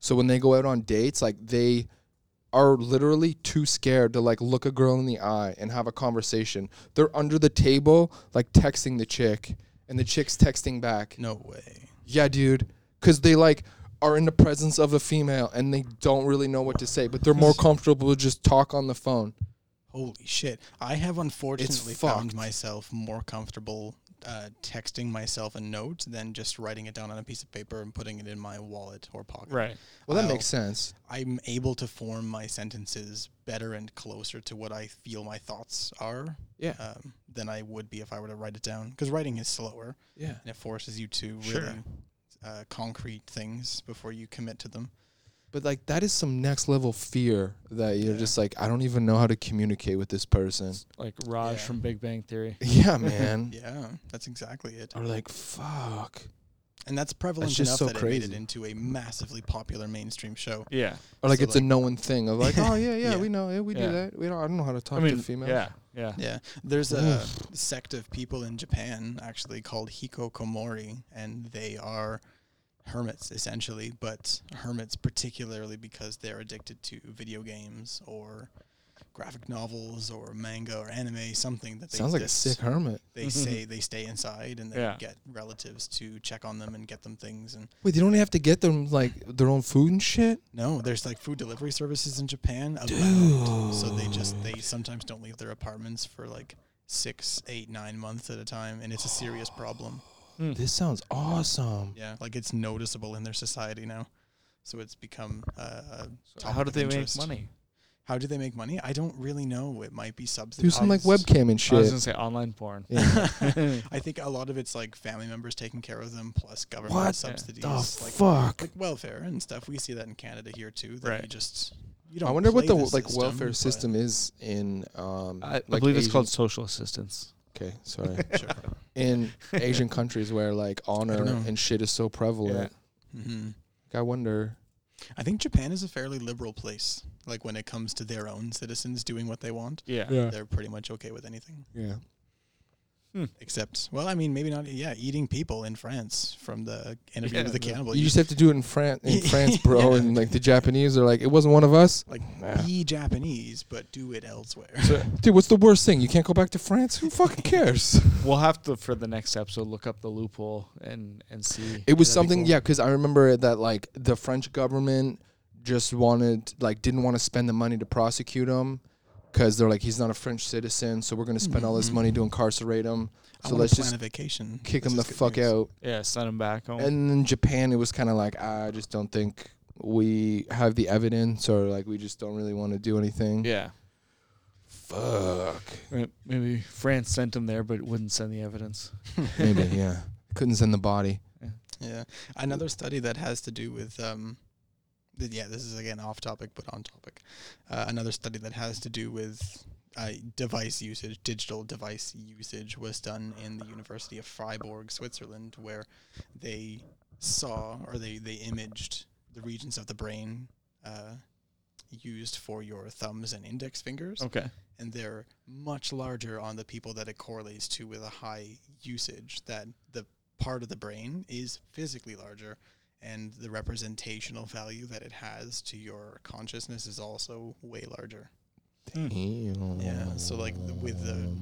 So when they go out on dates, like they are literally too scared to like look a girl in the eye and have a conversation. They're under the table like texting the chick and the chick's texting back. No way. Yeah, dude, cuz they like are in the presence of a female and they don't really know what to say, but they're more comfortable to just talk on the phone. Holy shit. I have unfortunately fucked. found myself more comfortable uh, texting myself a note than just writing it down on a piece of paper and putting it in my wallet or pocket. Right. Well, that I'll- makes sense. I'm able to form my sentences better and closer to what I feel my thoughts are Yeah. um, than I would be if I were to write it down. Because writing is slower. Yeah. and it forces you to really Sure. uh, concrete things before you commit to them. But like that is some next level fear that you're Yeah. just like I don't even know how to communicate with this person. Like Raj Yeah. from Big Bang Theory. Yeah, man. Yeah, that's exactly it. Or like fuck. And that's prevalent just enough so that it made crazy. it into a massively popular mainstream show. Yeah. Or like So, it's like- a known thing of like oh yeah yeah, Yeah. we know yeah, we Yeah. do that we don't I don't know how to talk I mean, to females. yeah, yeah. Yeah, there's a sect of people in Japan actually called Hikokomori, and they are hermits essentially, but hermits particularly because they're addicted to video games or graphic novels or manga or anime, something that they Sounds like a dis- sick hermit. they say they stay inside and they Yeah. get relatives to check on them and get them things and Wait, they don't have to get them like their own food and shit. no there's like food delivery services in japan abound. so they just they sometimes don't leave their apartments for like six eight nine months at a time and it's a serious problem This sounds awesome. yeah like it's noticeable in their society now so it's become uh, So how do they make money? how do they make money i don't really know it might be Do subsidized some like webcam and I was shit. gonna say online porn. Yeah. i think a lot of it's like family members taking care of them plus government What the subsidies the like Oh, fuck. like welfare and stuff. We see that in Canada here too. That you Right. just you don't. I wonder what play the like system, welfare but- system is in um I, I like believe it's Asian- called social assistance. Okay, sorry. Sure. in Asian countries where like honor know. and shit is so prevalent. Mhm. Like, I wonder. I think Japan is a fairly liberal place. Like when it comes to their own citizens doing what they want, Yeah. Yeah. they're pretty much okay with anything. Yeah. Hmm. Except, well, I mean, maybe not. Yeah, eating people in France from the interview Yeah, with the the- cannibal. you just have to do it in France, in France, bro. Yeah. And like the Japanese are like, it wasn't one of us. like Nah. be Japanese, but do it elsewhere. Dude, what's the worst thing? You can't go back to France. Who fucking cares? We'll have to for the next episode look up the loophole and and see. It was That'd be something, cool. yeah, because I remember that like the French government just wanted, like, didn't want to spend the money to prosecute him because they're like, he's not a French citizen, so we're gonna spend all this Mhm. money to incarcerate him. I So wanna let's plan just a vacation. kick Let's him the just get fuck news. out. Yeah, send him back home. And in Japan, it was kind of like, "Ah, I just don't think we have the evidence, or like, we just don't really want to do anything. yeah, Fuck. Right, maybe France sent him there, but wouldn't send the evidence. Maybe, yeah. Couldn't send the body. Yeah, another study that has to do with um, th- yeah, this is again off topic but on topic. Uh, another study that has to do with uh, device usage, digital device usage, was done in the University of Freiburg, Switzerland, where they saw or they they imaged the regions of the brain uh, used for your thumbs and index fingers Okay. and they're much larger on the people that it correlates to with a high usage that the part of the brain is physically larger and the representational value that it has to your consciousness is also way larger Hmm. Yeah, so, like, the- with the-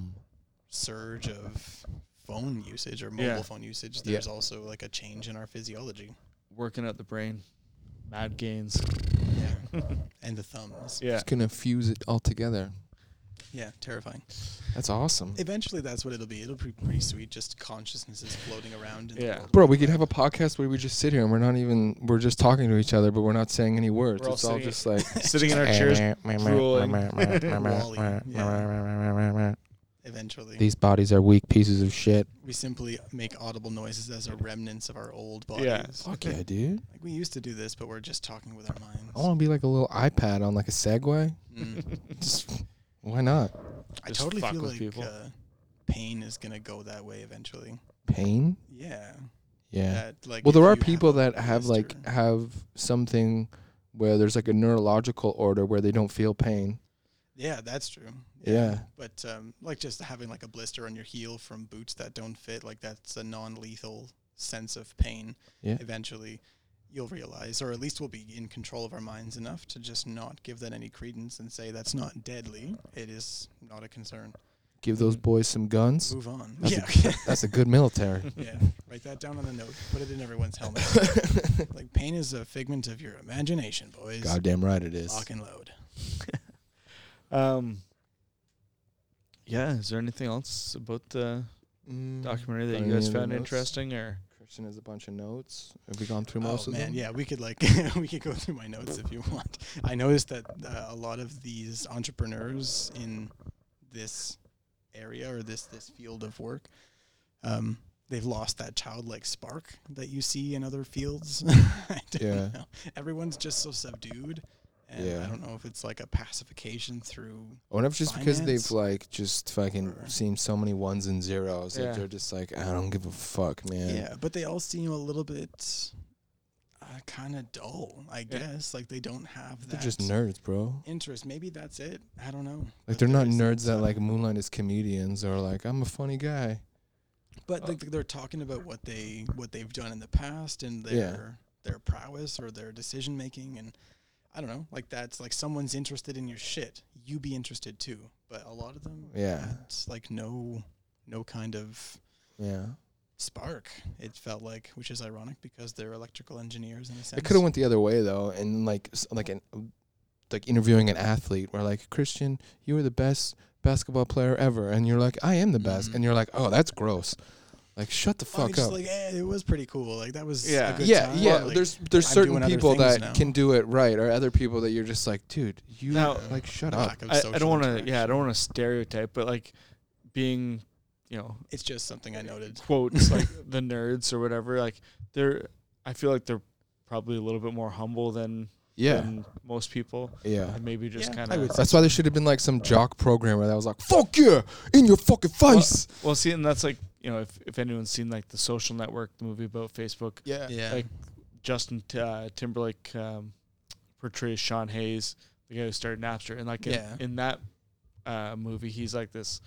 surge of phone usage or mobile Yeah. phone usage Yeah. there's also like a change in our physiology Working out the brain, mad gains. yeah and the thumbs Yeah. Just gonna fuse it all together. yeah terrifying That's awesome. eventually that's what it'll be it'll be pretty sweet just consciousnesses floating around in Yeah. the world Bro, we could have a podcast where we just sit here and we're not even we're just talking to each other, but we're not saying any words. We're all it's all sitting- just like "Eh, Sitting in our chairs. drooling. Wall-E, yeah. eventually these bodies are weak pieces of shit. we simply make audible noises as a remnants of our old bodies. Yeah. Fuck yeah, dude. Like we used to do this, but we're just talking with our minds. I want to be like a little iPad on like a Segway. Mm. Just why not? I Just totally fuck feel with like people. uh, pain is gonna go that way eventually. Pain? Yeah. Yeah. That, like. well, if there are you have people a that have like blister- have something where there's like a neurological order where they don't feel pain. Yeah, that's true. Yeah. But um, like just having like a blister on your heel from boots that don't fit, like that's a non-lethal sense of pain. Yeah. Eventually, you'll realize, or at least we'll be in control of our minds enough to just not give that any credence and say that's not deadly. It is not a concern. Give those boys some guns. Move on. That's yeah. That's a good military. yeah. Write that down on a note. Put it in everyone's helmet. like pain is a figment of your imagination, boys. Goddamn right it is. Lock and load. Um. Yeah. Is there anything else about the Mm. documentary that Got you any guys other found notes? interesting? Or Christian has a bunch of notes. Have we gone through most Oh of man, them? yeah, we could like we could go through my notes if you want. I noticed that uh, a lot of these entrepreneurs in this area or this this field of work, um, they've lost that childlike spark that you see in other fields. I don't Yeah. know. Everyone's just so subdued. And Yeah. I don't know if it's like a pacification through I wonder if just because they've Finance? like just fucking seen so many ones and zeros that Yeah. they're just like, I don't give a fuck, man. Yeah, but they all seem a little bit uh, kind of dull, I guess. Like they don't have that They're just nerds, bro. interest. Maybe that's it. I don't know. Like But they're not there is nerds that sort like of- moonlight as comedians or like I'm a funny guy. But like they're talking about what they what they've done in the past and Yeah. their their prowess or their decision making and I don't know. Like that's like someone's interested in your shit. You be interested too. But a lot of them, Yeah. it's like no no kind of Yeah. spark. It felt like, which is ironic because they're electrical engineers in a sense. It could have went the other way though, and like s- like an like interviewing an athlete where like Christian, you were the best basketball player ever, and you're like, I am the best, Mhm. and you're like, oh, that's gross. Like shut the Well, I fuck just up. Like, eh, it was pretty cool. Like that was Yeah. A good yeah, time. yeah. Like, there's there's I'm certain doing other people things that now. can do it right, or other people that you're just like, dude, you Now- like shut up. lack of I, I social don't want to. interaction. Yeah, I don't want to stereotype, but like being, you know, It's just something I noted. quotes like the nerds or whatever. Like they're, I feel like they're probably a little bit more humble than Yeah, than most people, yeah. and maybe just Yeah, I kind of would That's why there should have been like some jock programmer that was like, fuck yeah, in your fucking face. Well, see, and that's like you know, if if anyone's seen like the Social Network, the movie about Facebook, Yeah, Yeah. Like, Justin T- uh, Timberlake um, portrays Sean Hayes, the guy who started Napster, and like in, Yeah. in that uh, movie, he's like this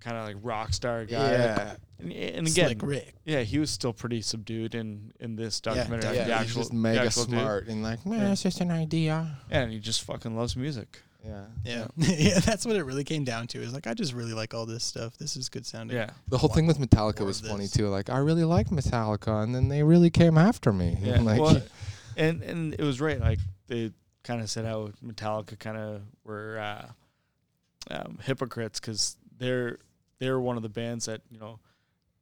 kind of like rock star guy. yeah, And, and again, Slick Rick. yeah, he was still pretty subdued in in this documentary. the definitely. yeah. He's actual, just the mega actual dude. smart and like, man, Yeah. it's just an idea. Yeah, and he just fucking loves music. Yeah. Yeah. yeah, that's what it really came down to. Is like I just really like all this stuff. This is good sounding. Yeah, The whole thing with Metallica more was of funny this. too. Like, I really like Metallica, and then they really came after me. yeah. like, well, and and it was right. Like they kind of said how Metallica kind of were uh, um, hypocrites because they're they're one of the bands that you know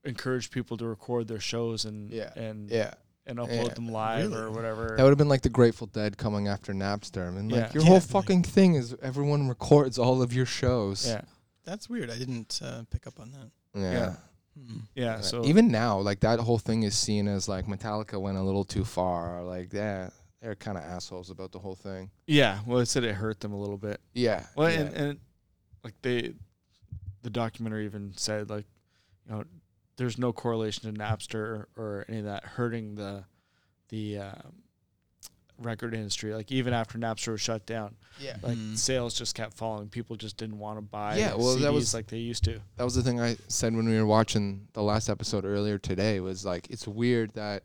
encourage people to record their shows and Yeah. and yeah, and upload Yeah. them live or Really? whatever. that would have been like the Grateful Dead coming after Napster. I mean, like, Yeah. your Yeah, whole like- fucking thing is everyone records all of your shows. yeah, That's weird. I didn't uh, pick up on that. yeah. Yeah. Hmm. yeah. Yeah. So even now, like that whole thing is seen as like Metallica went a little too far. Like, yeah, they're kind of assholes about the whole thing. yeah, well, it said it hurt them a little bit. Yeah. Well, yeah. and, and like they, the documentary even said like, you know, there's no correlation to Napster or any of that hurting the, the um, record industry. Like even after Napster was shut down, yeah. like Mm. sales just kept falling. People just didn't want to buy. Yeah, well, CDs that was- like they used to. that was the thing I said when we were watching the last episode earlier today was like it's weird that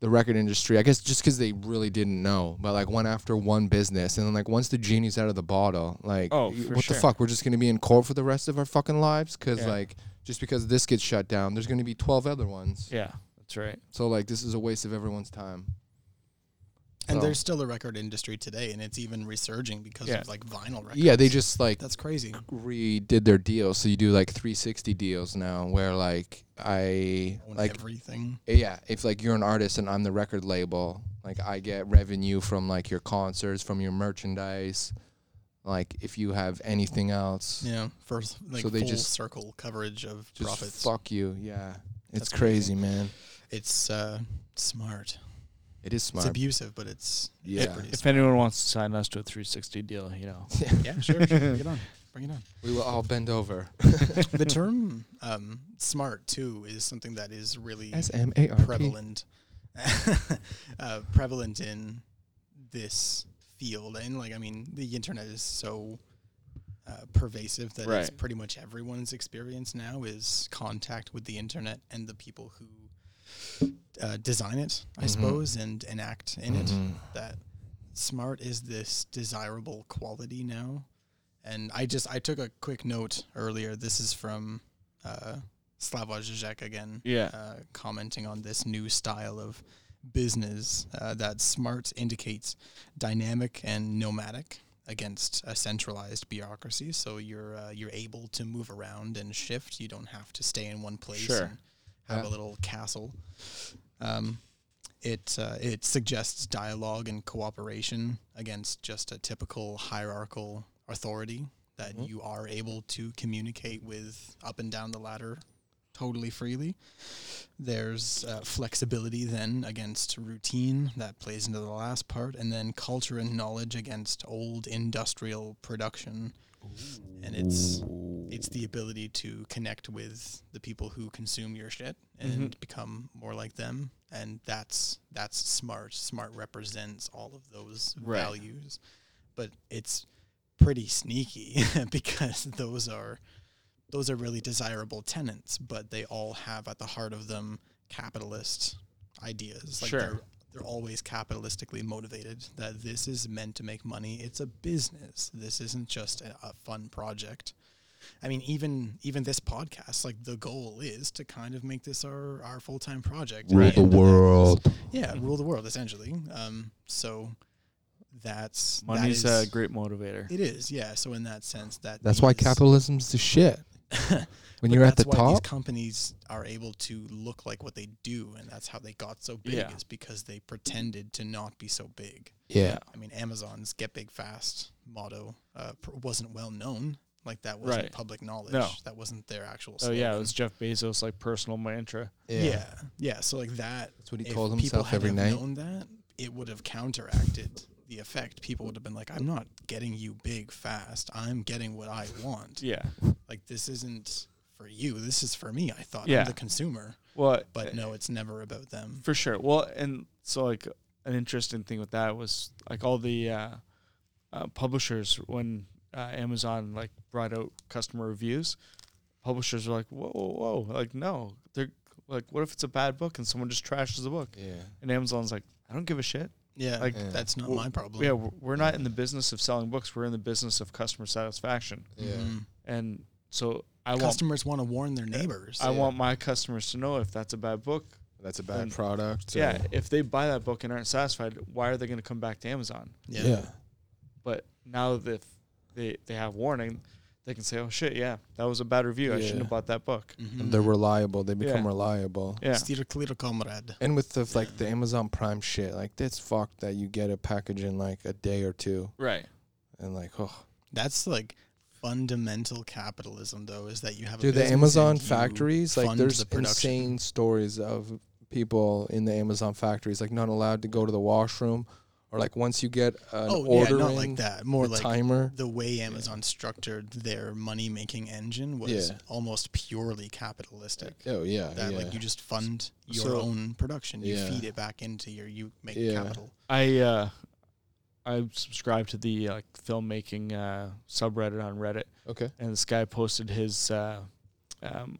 the record industry, I guess just 'cause they really didn't know, but like went after one business and then like once the genie's out of the bottle, like Oh, y- for what sure. the fuck, we're just going to be in court for the rest of our fucking lives 'cause Yeah. like just because this gets shut down, there's going to be 12 other ones. Yeah, that's right. So like this is a waste of everyone's time. And So- there's still a record industry today, and it's even resurging because Yeah. of like vinyl records. Yeah, they just like That's crazy. redid their deals. So you do like 360 deals now where like I Own like everything. yeah if like you're an artist and i'm the record label like i get revenue from like your concerts from your merchandise like if you have anything else Yeah, first like So they full just- circle coverage of just profits. fuck you yeah That's it's crazy. crazy man It's uh, smart. it is It's smart abusive, but it's It's Yeah. pretty If smart. anyone wants to sign us to a 360 deal, you know, yeah, sure, sure. Bring it on. Bring it on. we will all bend over The term um, "smart" too is something that is really s-m-a-r-p prevalent uh, prevalent in this field and like i mean the internet is so uh, pervasive that it's Right. pretty much everyone's experience now is contact with the internet and the people who uh, design it i Mhm. suppose and enact in it Mhm. that smart is this desirable quality now and i just i took a quick note earlier this is from uh, slavoj žižek again yeah, uh, commenting on this new style of business uh, that smart indicates dynamic and nomadic against a centralized bureaucracy. So you're uh, you're able to move around and shift. You don't have to stay in one place Sure. and have Yeah. a little castle. Um, it uh, it suggests dialogue and cooperation against just a typical hierarchical authority that Mhm. you are able to communicate with up and down the ladder totally freely. There's uh, flexibility then against routine that plays into the last part, and then culture and knowledge against old industrial production, and it's it's the ability to connect with the people who consume your shit and Mhm. become more like them, and that's that's smart. Smart represents all of those Right. values, but it's pretty sneaky because those are those are really desirable tenants, but they all have at the heart of them capitalist ideas. Like Sure. they're they're always capitalistically motivated that this is meant to make money. It's a business. This isn't just a, a fun project. I mean, even even this podcast, like the goal is to kind of make this our our full time project. rule At the end of that- world Yeah, Mm-hmm. rule the world essentially. Um, so that's that money's uh, is- a great motivator. It is, yeah. So in that sense, that that's why is- capitalism's the shit when but you're at the that's why top these companies are able to look like what they do, and that's how they got so big Yeah. is because they pretended to not be so big. yeah I mean, Amazon's "Get Big Fast" motto uh, pr- wasn't well known. Like that wasn't Right. public knowledge. No. That wasn't their actual. Oh yeah, it slogan. was Jeff Bezos like personal mantra. yeah. yeah, So like that, that's what he if told people himself had every have night known that, it would have counteracted the effect. People would have been like, "I'm not getting you big fast. I'm getting what I want. Yeah. Like this isn't." For you, this is for me. I thought Yeah. Eh. I'm the consumer. Well, but no, it's never about them. For sure. Well, and so like an interesting thing with that was like all the uh, uh, publishers when uh, Amazon like brought out customer reviews, publishers are like, whoa, whoa, whoa. Like, no, they're like, what if it's a bad book and someone just trashes the book? Yeah. And Amazon's like, I don't give a shit. Yeah, Like- Yeah. that's not Well, my problem. Yeah, we're we're not in the business of selling books. We're in the business of customer satisfaction. Yeah. Mhm. And so I want Customers want to warn their neighbors. I yeah. want my customers to know if that's a bad book. That's a bad And- product. or- Yeah, if they buy that book and aren't satisfied, why are they going to come back to Amazon? yeah. Yeah. But now that if they they have warning, they can say, "Oh shit, yeah, that was a bad review. I shouldn't Yeah. have bought that book." Mhm. And Mm-hmm. they're reliable. They become Yeah. reliable. Yeah, Steer clear, comrade. And with the like the Amazon Prime shit, like that's fucked that you get a package in like a day or two, right. and like oh, That's like fundamental capitalism, though, is that you have a dude, the business and Amazon you factories, like fund there's the production. insane stories of people in the Amazon factories like not allowed to go to the washroom, or like once you get an Oh order yeah, not in, like that. More the like timer. the way Amazon structured their money making engine was Yeah. almost purely capitalistic. Oh yeah, that yeah. like you just fund your So- own production. You Yeah. feed it back into your you make Yeah. capital. I uh, I subscribe to the like filmmaking uh, subreddit on Reddit, okay. and this guy posted his, uh, um,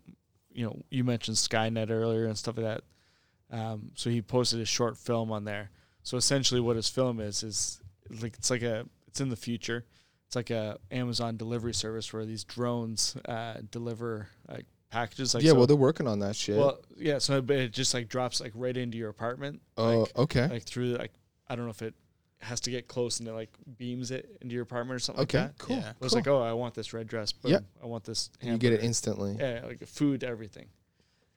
you know, you mentioned Skynet earlier and stuff like that. Um, so he posted a short film on there. So essentially, what his film is is like it's like a it's in the future. It's like a Amazon delivery service where these drones uh, deliver like packages. Like yeah, so- well they're working on that shit. well, yeah. So but it just like drops like right into your apartment. oh like, okay. like through like I don't know if it has to get close and it like beams it into your apartment or something okay. like that. Cool. Yeah. It was like, oh, I want this red dress. Boom. Yeah. I want this. you get it hamburger." instantly. Yeah, like food, everything.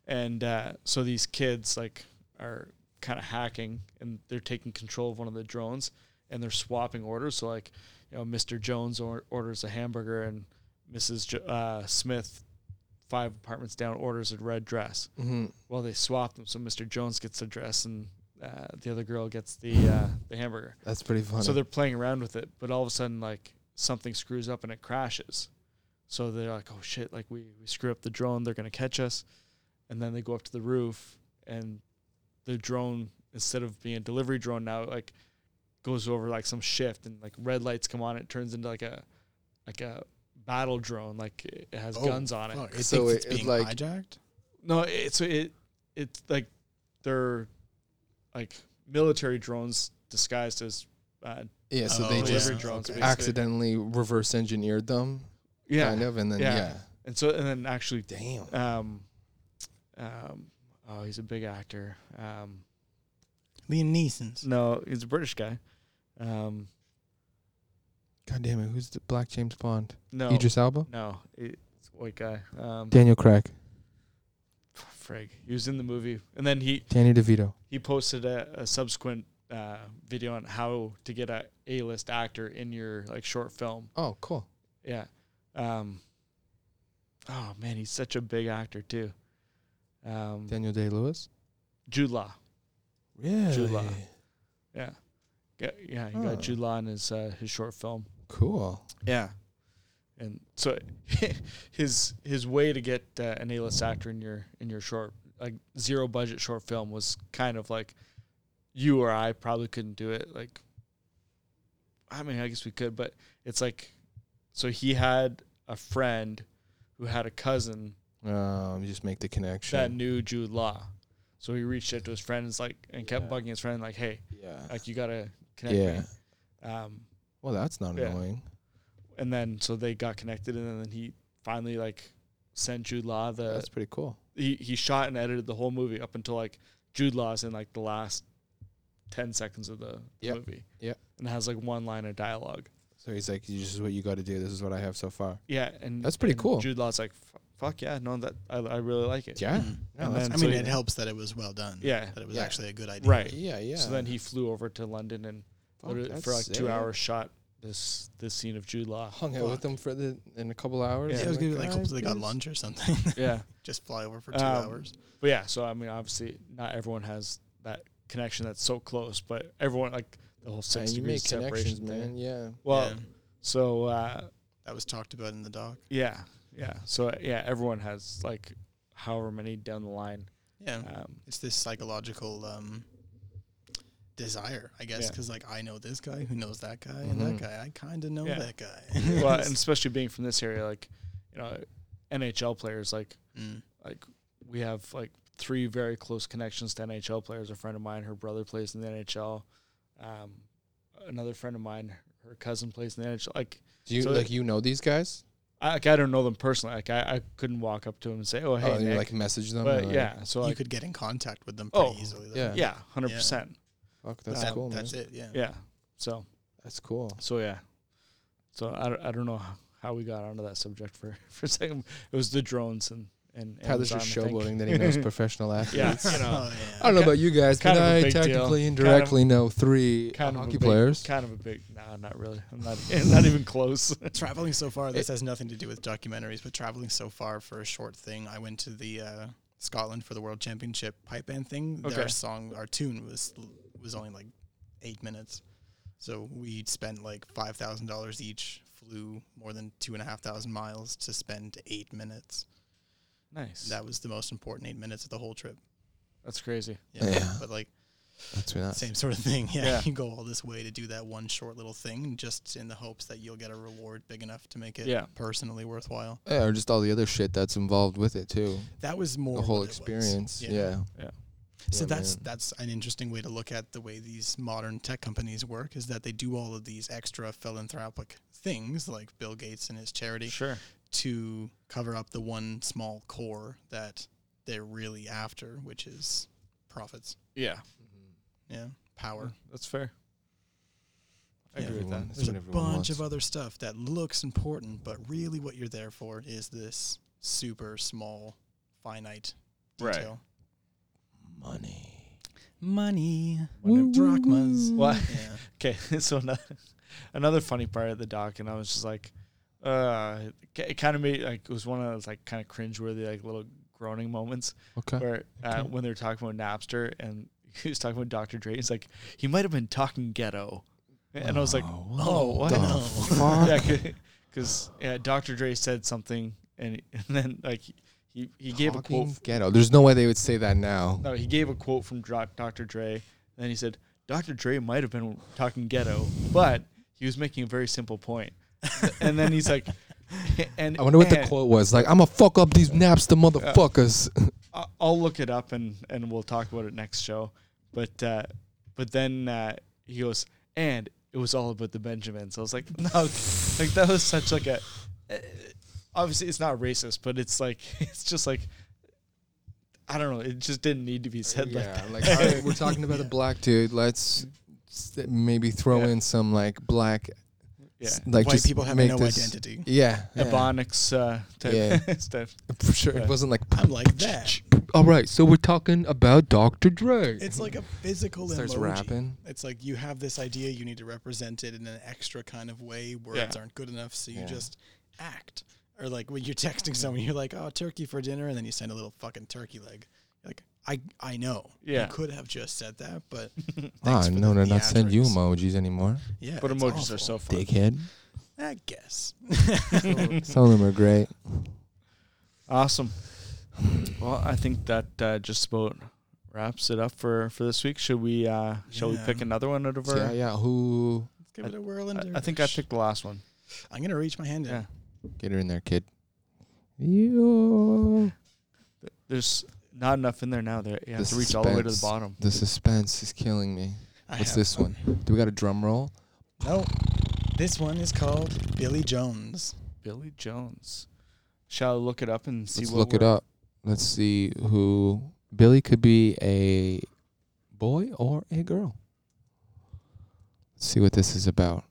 And uh, so these kids like are kind of hacking and they're taking control of one of the drones and they're swapping orders. So like, you know, Mr. Jones or- orders a hamburger and Mrs. Jo- uh, Smith, five apartments down, orders a red dress. hmm Well, they swap them, so Mr. Jones gets the dress and uh, the other girl gets the uh, the hamburger. That's pretty funny. So they're playing around with it, but all of a sudden, like something screws up and it crashes. So they're like, "Oh shit! Like we we screw up the drone, they're gonna catch us." And then they go up to the roof, and the drone instead of being a delivery drone now like goes over like some shift and like red lights come on. It turns into like a like a battle drone, like it it has Oh, guns on it. Oh, it So thinks it- it's it's being like- hijacked. No, it's it it's like they're like military drones disguised as uh, yeah, so Oh, they yeah. just delivery drones. okay. basically. accidentally reverse engineered them, yeah, kind of, and then Yeah. yeah. and so and then actually, Damn. um, um, oh, he's a big actor. Um, Liam Neeson's. no, he's a British guy. Um, God damn it! Who's the Black James Bond? no, Idris Elba, no, it's a white guy. Um, Daniel Craig, frig, he was in the movie, and then he Danny DeVito. he posted a, a subsequent uh, video on how to get a A list actor in your like short film. Oh, cool. Yeah. Um, oh man, he's such a big actor too. Um, Daniel Day Lewis. Jude Law. Really? Law. Yeah. Yeah, yeah he Huh. got Jude Law in his uh, his short film. Cool. Yeah. And so his his way to get uh, an A-list actor in your in your short like zero budget short film was kind of like you or I probably couldn't do it like I mean I guess we could but it's like so he had a friend who had a cousin Um, you just make the connection. that knew Jude Law. So he reached out to his friend and was like and kept Yeah. bugging his friend like hey yeah. like you got to connect me. yeah. Um Well, that's not Yeah. annoying. and then so they got connected and then he finally like sent Jude Law the that's pretty cool. he, he shot and edited the whole movie up until like Jude Law's in like the last ten seconds of the Yep. movie. Yep. And has like one line of dialogue. So he's like, "This is what you got to do. This is what I have so far." Yeah, and That's pretty and cool. Jude Law's like, "F- fuck yeah, no, that I, I really like it. Yeah. Mm. No, And that's then- I so- mean, it helps that it was well done. Yeah. That it was Yeah. actually a good idea. Right. yeah, yeah. So then he flew over to London and Fuck, literally for like that's two sick. hours shot this this scene of Jude Law. Hung out with Fuck. him for the in a couple hours. Yeah. Yeah, it was gonna be like, hopefully they got "Guys, lunch or something. yeah. Just fly over for two Um, hours. But yeah, so I mean, obviously, not everyone has that connection that's so close, but everyone like the whole Man, six you degrees make separation connections, thing. man. Yeah. Well, Yeah. so uh, that was talked about in the doc. yeah, yeah, so uh, yeah, everyone has like however many down the line. Yeah. Um, it's this psychological um, desire, I guess, Yeah. because like I know this guy who knows that guy and that Mhm. guy. I kind of know Yeah. that guy. well, and especially being from this area, like you know, NHL players. Like Mm. like we have like three very close connections to NHL players. A friend of mine, her brother plays in the NHL. Um, another friend of mine, her cousin plays in the NHL. Like Do you So- like you know these guys? I, like I don't know them personally. Like I, I couldn't walk up to him and say, "Oh, hey, oh, you Nick." like message them? but or- yeah, so you like, could get in contact with them pretty Oh, easily. Though. yeah. yeah, hundred percent, Fuck, that's That- cool, man. That's it. Yeah. yeah. So That's cool. so yeah, so I, don't- I don't know h- how we got onto that subject for for a second. It was the drones and and Tyler's Amazon, just I think. showboating that he knows professional athletes. Yeah, you know, Oh, yeah. I don't know Ki- about you guys, kind but of a I big deal. technically Kind of- indirectly know three kind of a hockey big- players. Kind of a big. Nah, not really. I'm not. not even close. traveling so far this has nothing to do with documentaries but traveling so far for a short thing i went to the uh, scotland for the world championship pipe band thing Okay. their song our tune was was only like eight minutes so we spent like five thousand dollars each flew more than two and a half thousand miles to spend eight minutes nice. that was the most important eight minutes of the whole trip That's crazy. Yeah. but like That's nuts. same sort of thing yeah, Yeah. you go all this way to do that one short little thing just in the hopes that you'll get a reward big enough to make it Yeah. personally worthwhile Yeah, or just all the other shit that's involved with it too. That was more the whole what it was. experience. Yeah. Yeah. So Yeah, that's man. that's an interesting way to look at the way these modern tech companies work is that they do all of these extra philanthropic things like Bill Gates and his charity Sure. to cover up the one small core that they're really after, which is profits. Yeah, Yeah. Power. that's fair. I Yeah. agree with that. Everyone- that's There's what a everyone bunch wants. of other stuff that looks important, but really what you're there for is this super small, finite Right. detail. Money. Money. Whenever- Drachmas. Well, Yeah. Okay, so another, another funny part of the doc, and I was just like, uh, it, kind of made like it was one of those like kind of cringeworthy like little groaning moments Okay. where uh, okay. when they were talking about Napster and he was talking about Dr. Dre, he's like, he might have been talking ghetto, and I was like, oh, what? the no. fuck? yeah, because yeah, Dr. Dre said something, and and then like he he gave a quote. Talking ghetto. There's no way they would say that now. No, he gave a quote from Dr. Dr. Dre, and then he said, Dr. Dre might have been talking ghetto, but he was making a very simple point. and then he's like, and I wonder what the and quote was. Like, I'm gonna fuck up these Napster motherfuckers. I- I'll look it up and, and we'll talk about it next show. But uh, but then uh, he goes, and it was all about the Benjamins. I was like, no, like that was such like a. uh, Obviously, it's not racist, but it's like it's just like I don't know. It just didn't need to be said like that. yeah, like, all right, we're talking about a black dude. Let's s- maybe throw Yeah. in some like black, Yeah. s- like White just people have make no this- identity. Yeah, yeah. Ebonics uh, type Yeah. stuff. for sure. Yeah. It wasn't like. I'm like that. All right, so we're talking about Dr. Dre. It's like a physical starts emoji. rapping. It's like you have this idea, you need to represent it in an extra kind of way. Words aren't good enough, so you Yeah. just act. Or like when you're texting someone, you're like, "Oh, turkey for dinner," and then you send a little fucking turkey leg. You're like, I I know. Yeah. You could have just said that, but Ah, thanks for no, the no, not send you theatrics. emojis anymore. Yeah, But it's emojis are so awful. fun. Dickhead. I guess. Some of them are great. Awesome. Well, I think that uh, just about wraps it up for, for this week. Should we uh, shall Yeah. we pick another one out of our? yeah, yeah. Who? Give it a whirl and I, I think I dervish. picked the last one. I'm gonna reach my hand in. Yeah. Get her in there, kid. You. There's not enough in there now. There, you have The to reach all the way to the suspense. bottom. The suspense is killing me. I What's have this one? Do we got a drum roll? No, this one is called Billy Jones. Billy Jones. Shall I look it up and see Let's what look it we're- up. Let's see who. Billy could be a boy or a girl. Let's see what this is about.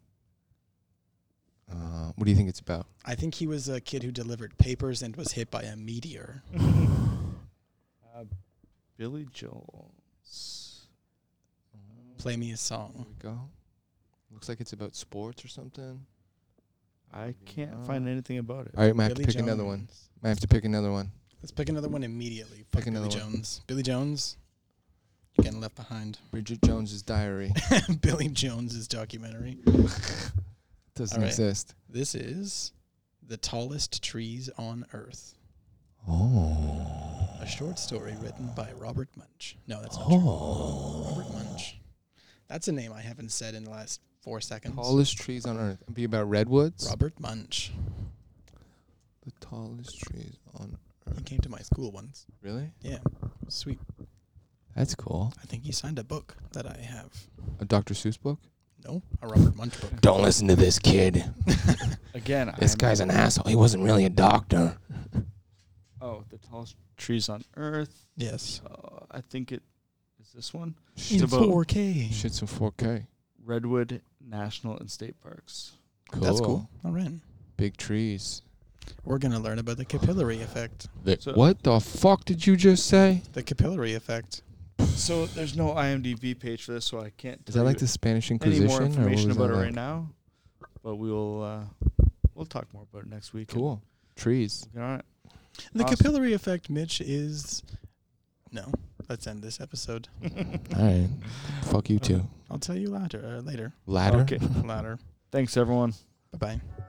Uh, what do you think it's about? I think he was a kid who delivered papers and was hit by a meteor. Uh, Billy Jones. Play me a There song. we go. Looks like it's about sports or something. I can't find Uh, anything about it. All right, might have to Billy pick another one. Jones. Might have to pick another one. Let's pick another one immediately. Fuck Pick another Billy one. Jones. Billy Jones. You're Getting left behind. Bridget Jones's Diary Billy Jones's documentary. doesn't All right. exist. This is The Tallest Trees on Earth. Oh. A short story written by Robert Munch. No, that's not true. Oh. Robert Munch. That's a name I haven't said in the last four seconds. Tallest trees on earth. It'd be about redwoods. Robert Munch. the tallest trees on He earth. came to my school once. Really? Yeah, sweet. That's cool. I think he signed a book that I have. A Dr. Seuss book? No, a Robert Munch book. Don't listen to this kid. Again, This I'm- guy's an asshole. He wasn't really a doctor. Oh, the tallest trees on earth. Yes, Uh, I think it is this one. in It's about- 4K. Shit's in 4K. Redwood National and State Parks. Cool. That's cool. All right, Big trees. we're gonna learn about the capillary effect. So- what the fuck did you just say? The capillary effect. So there's no IMDb page for this, so I can't. Is tell that like you the Spanish any Inquisition? more or what information was about that it like? right now? But we'll uh, we'll talk more about it next week. Cool. Trees. All right. The Awesome. capillary effect, Mitch, is no. Let's end this episode. All right. Fuck you too. I'll tell you later. Uh, later. Ladder. Okay. Later. Thanks, everyone. Bye bye.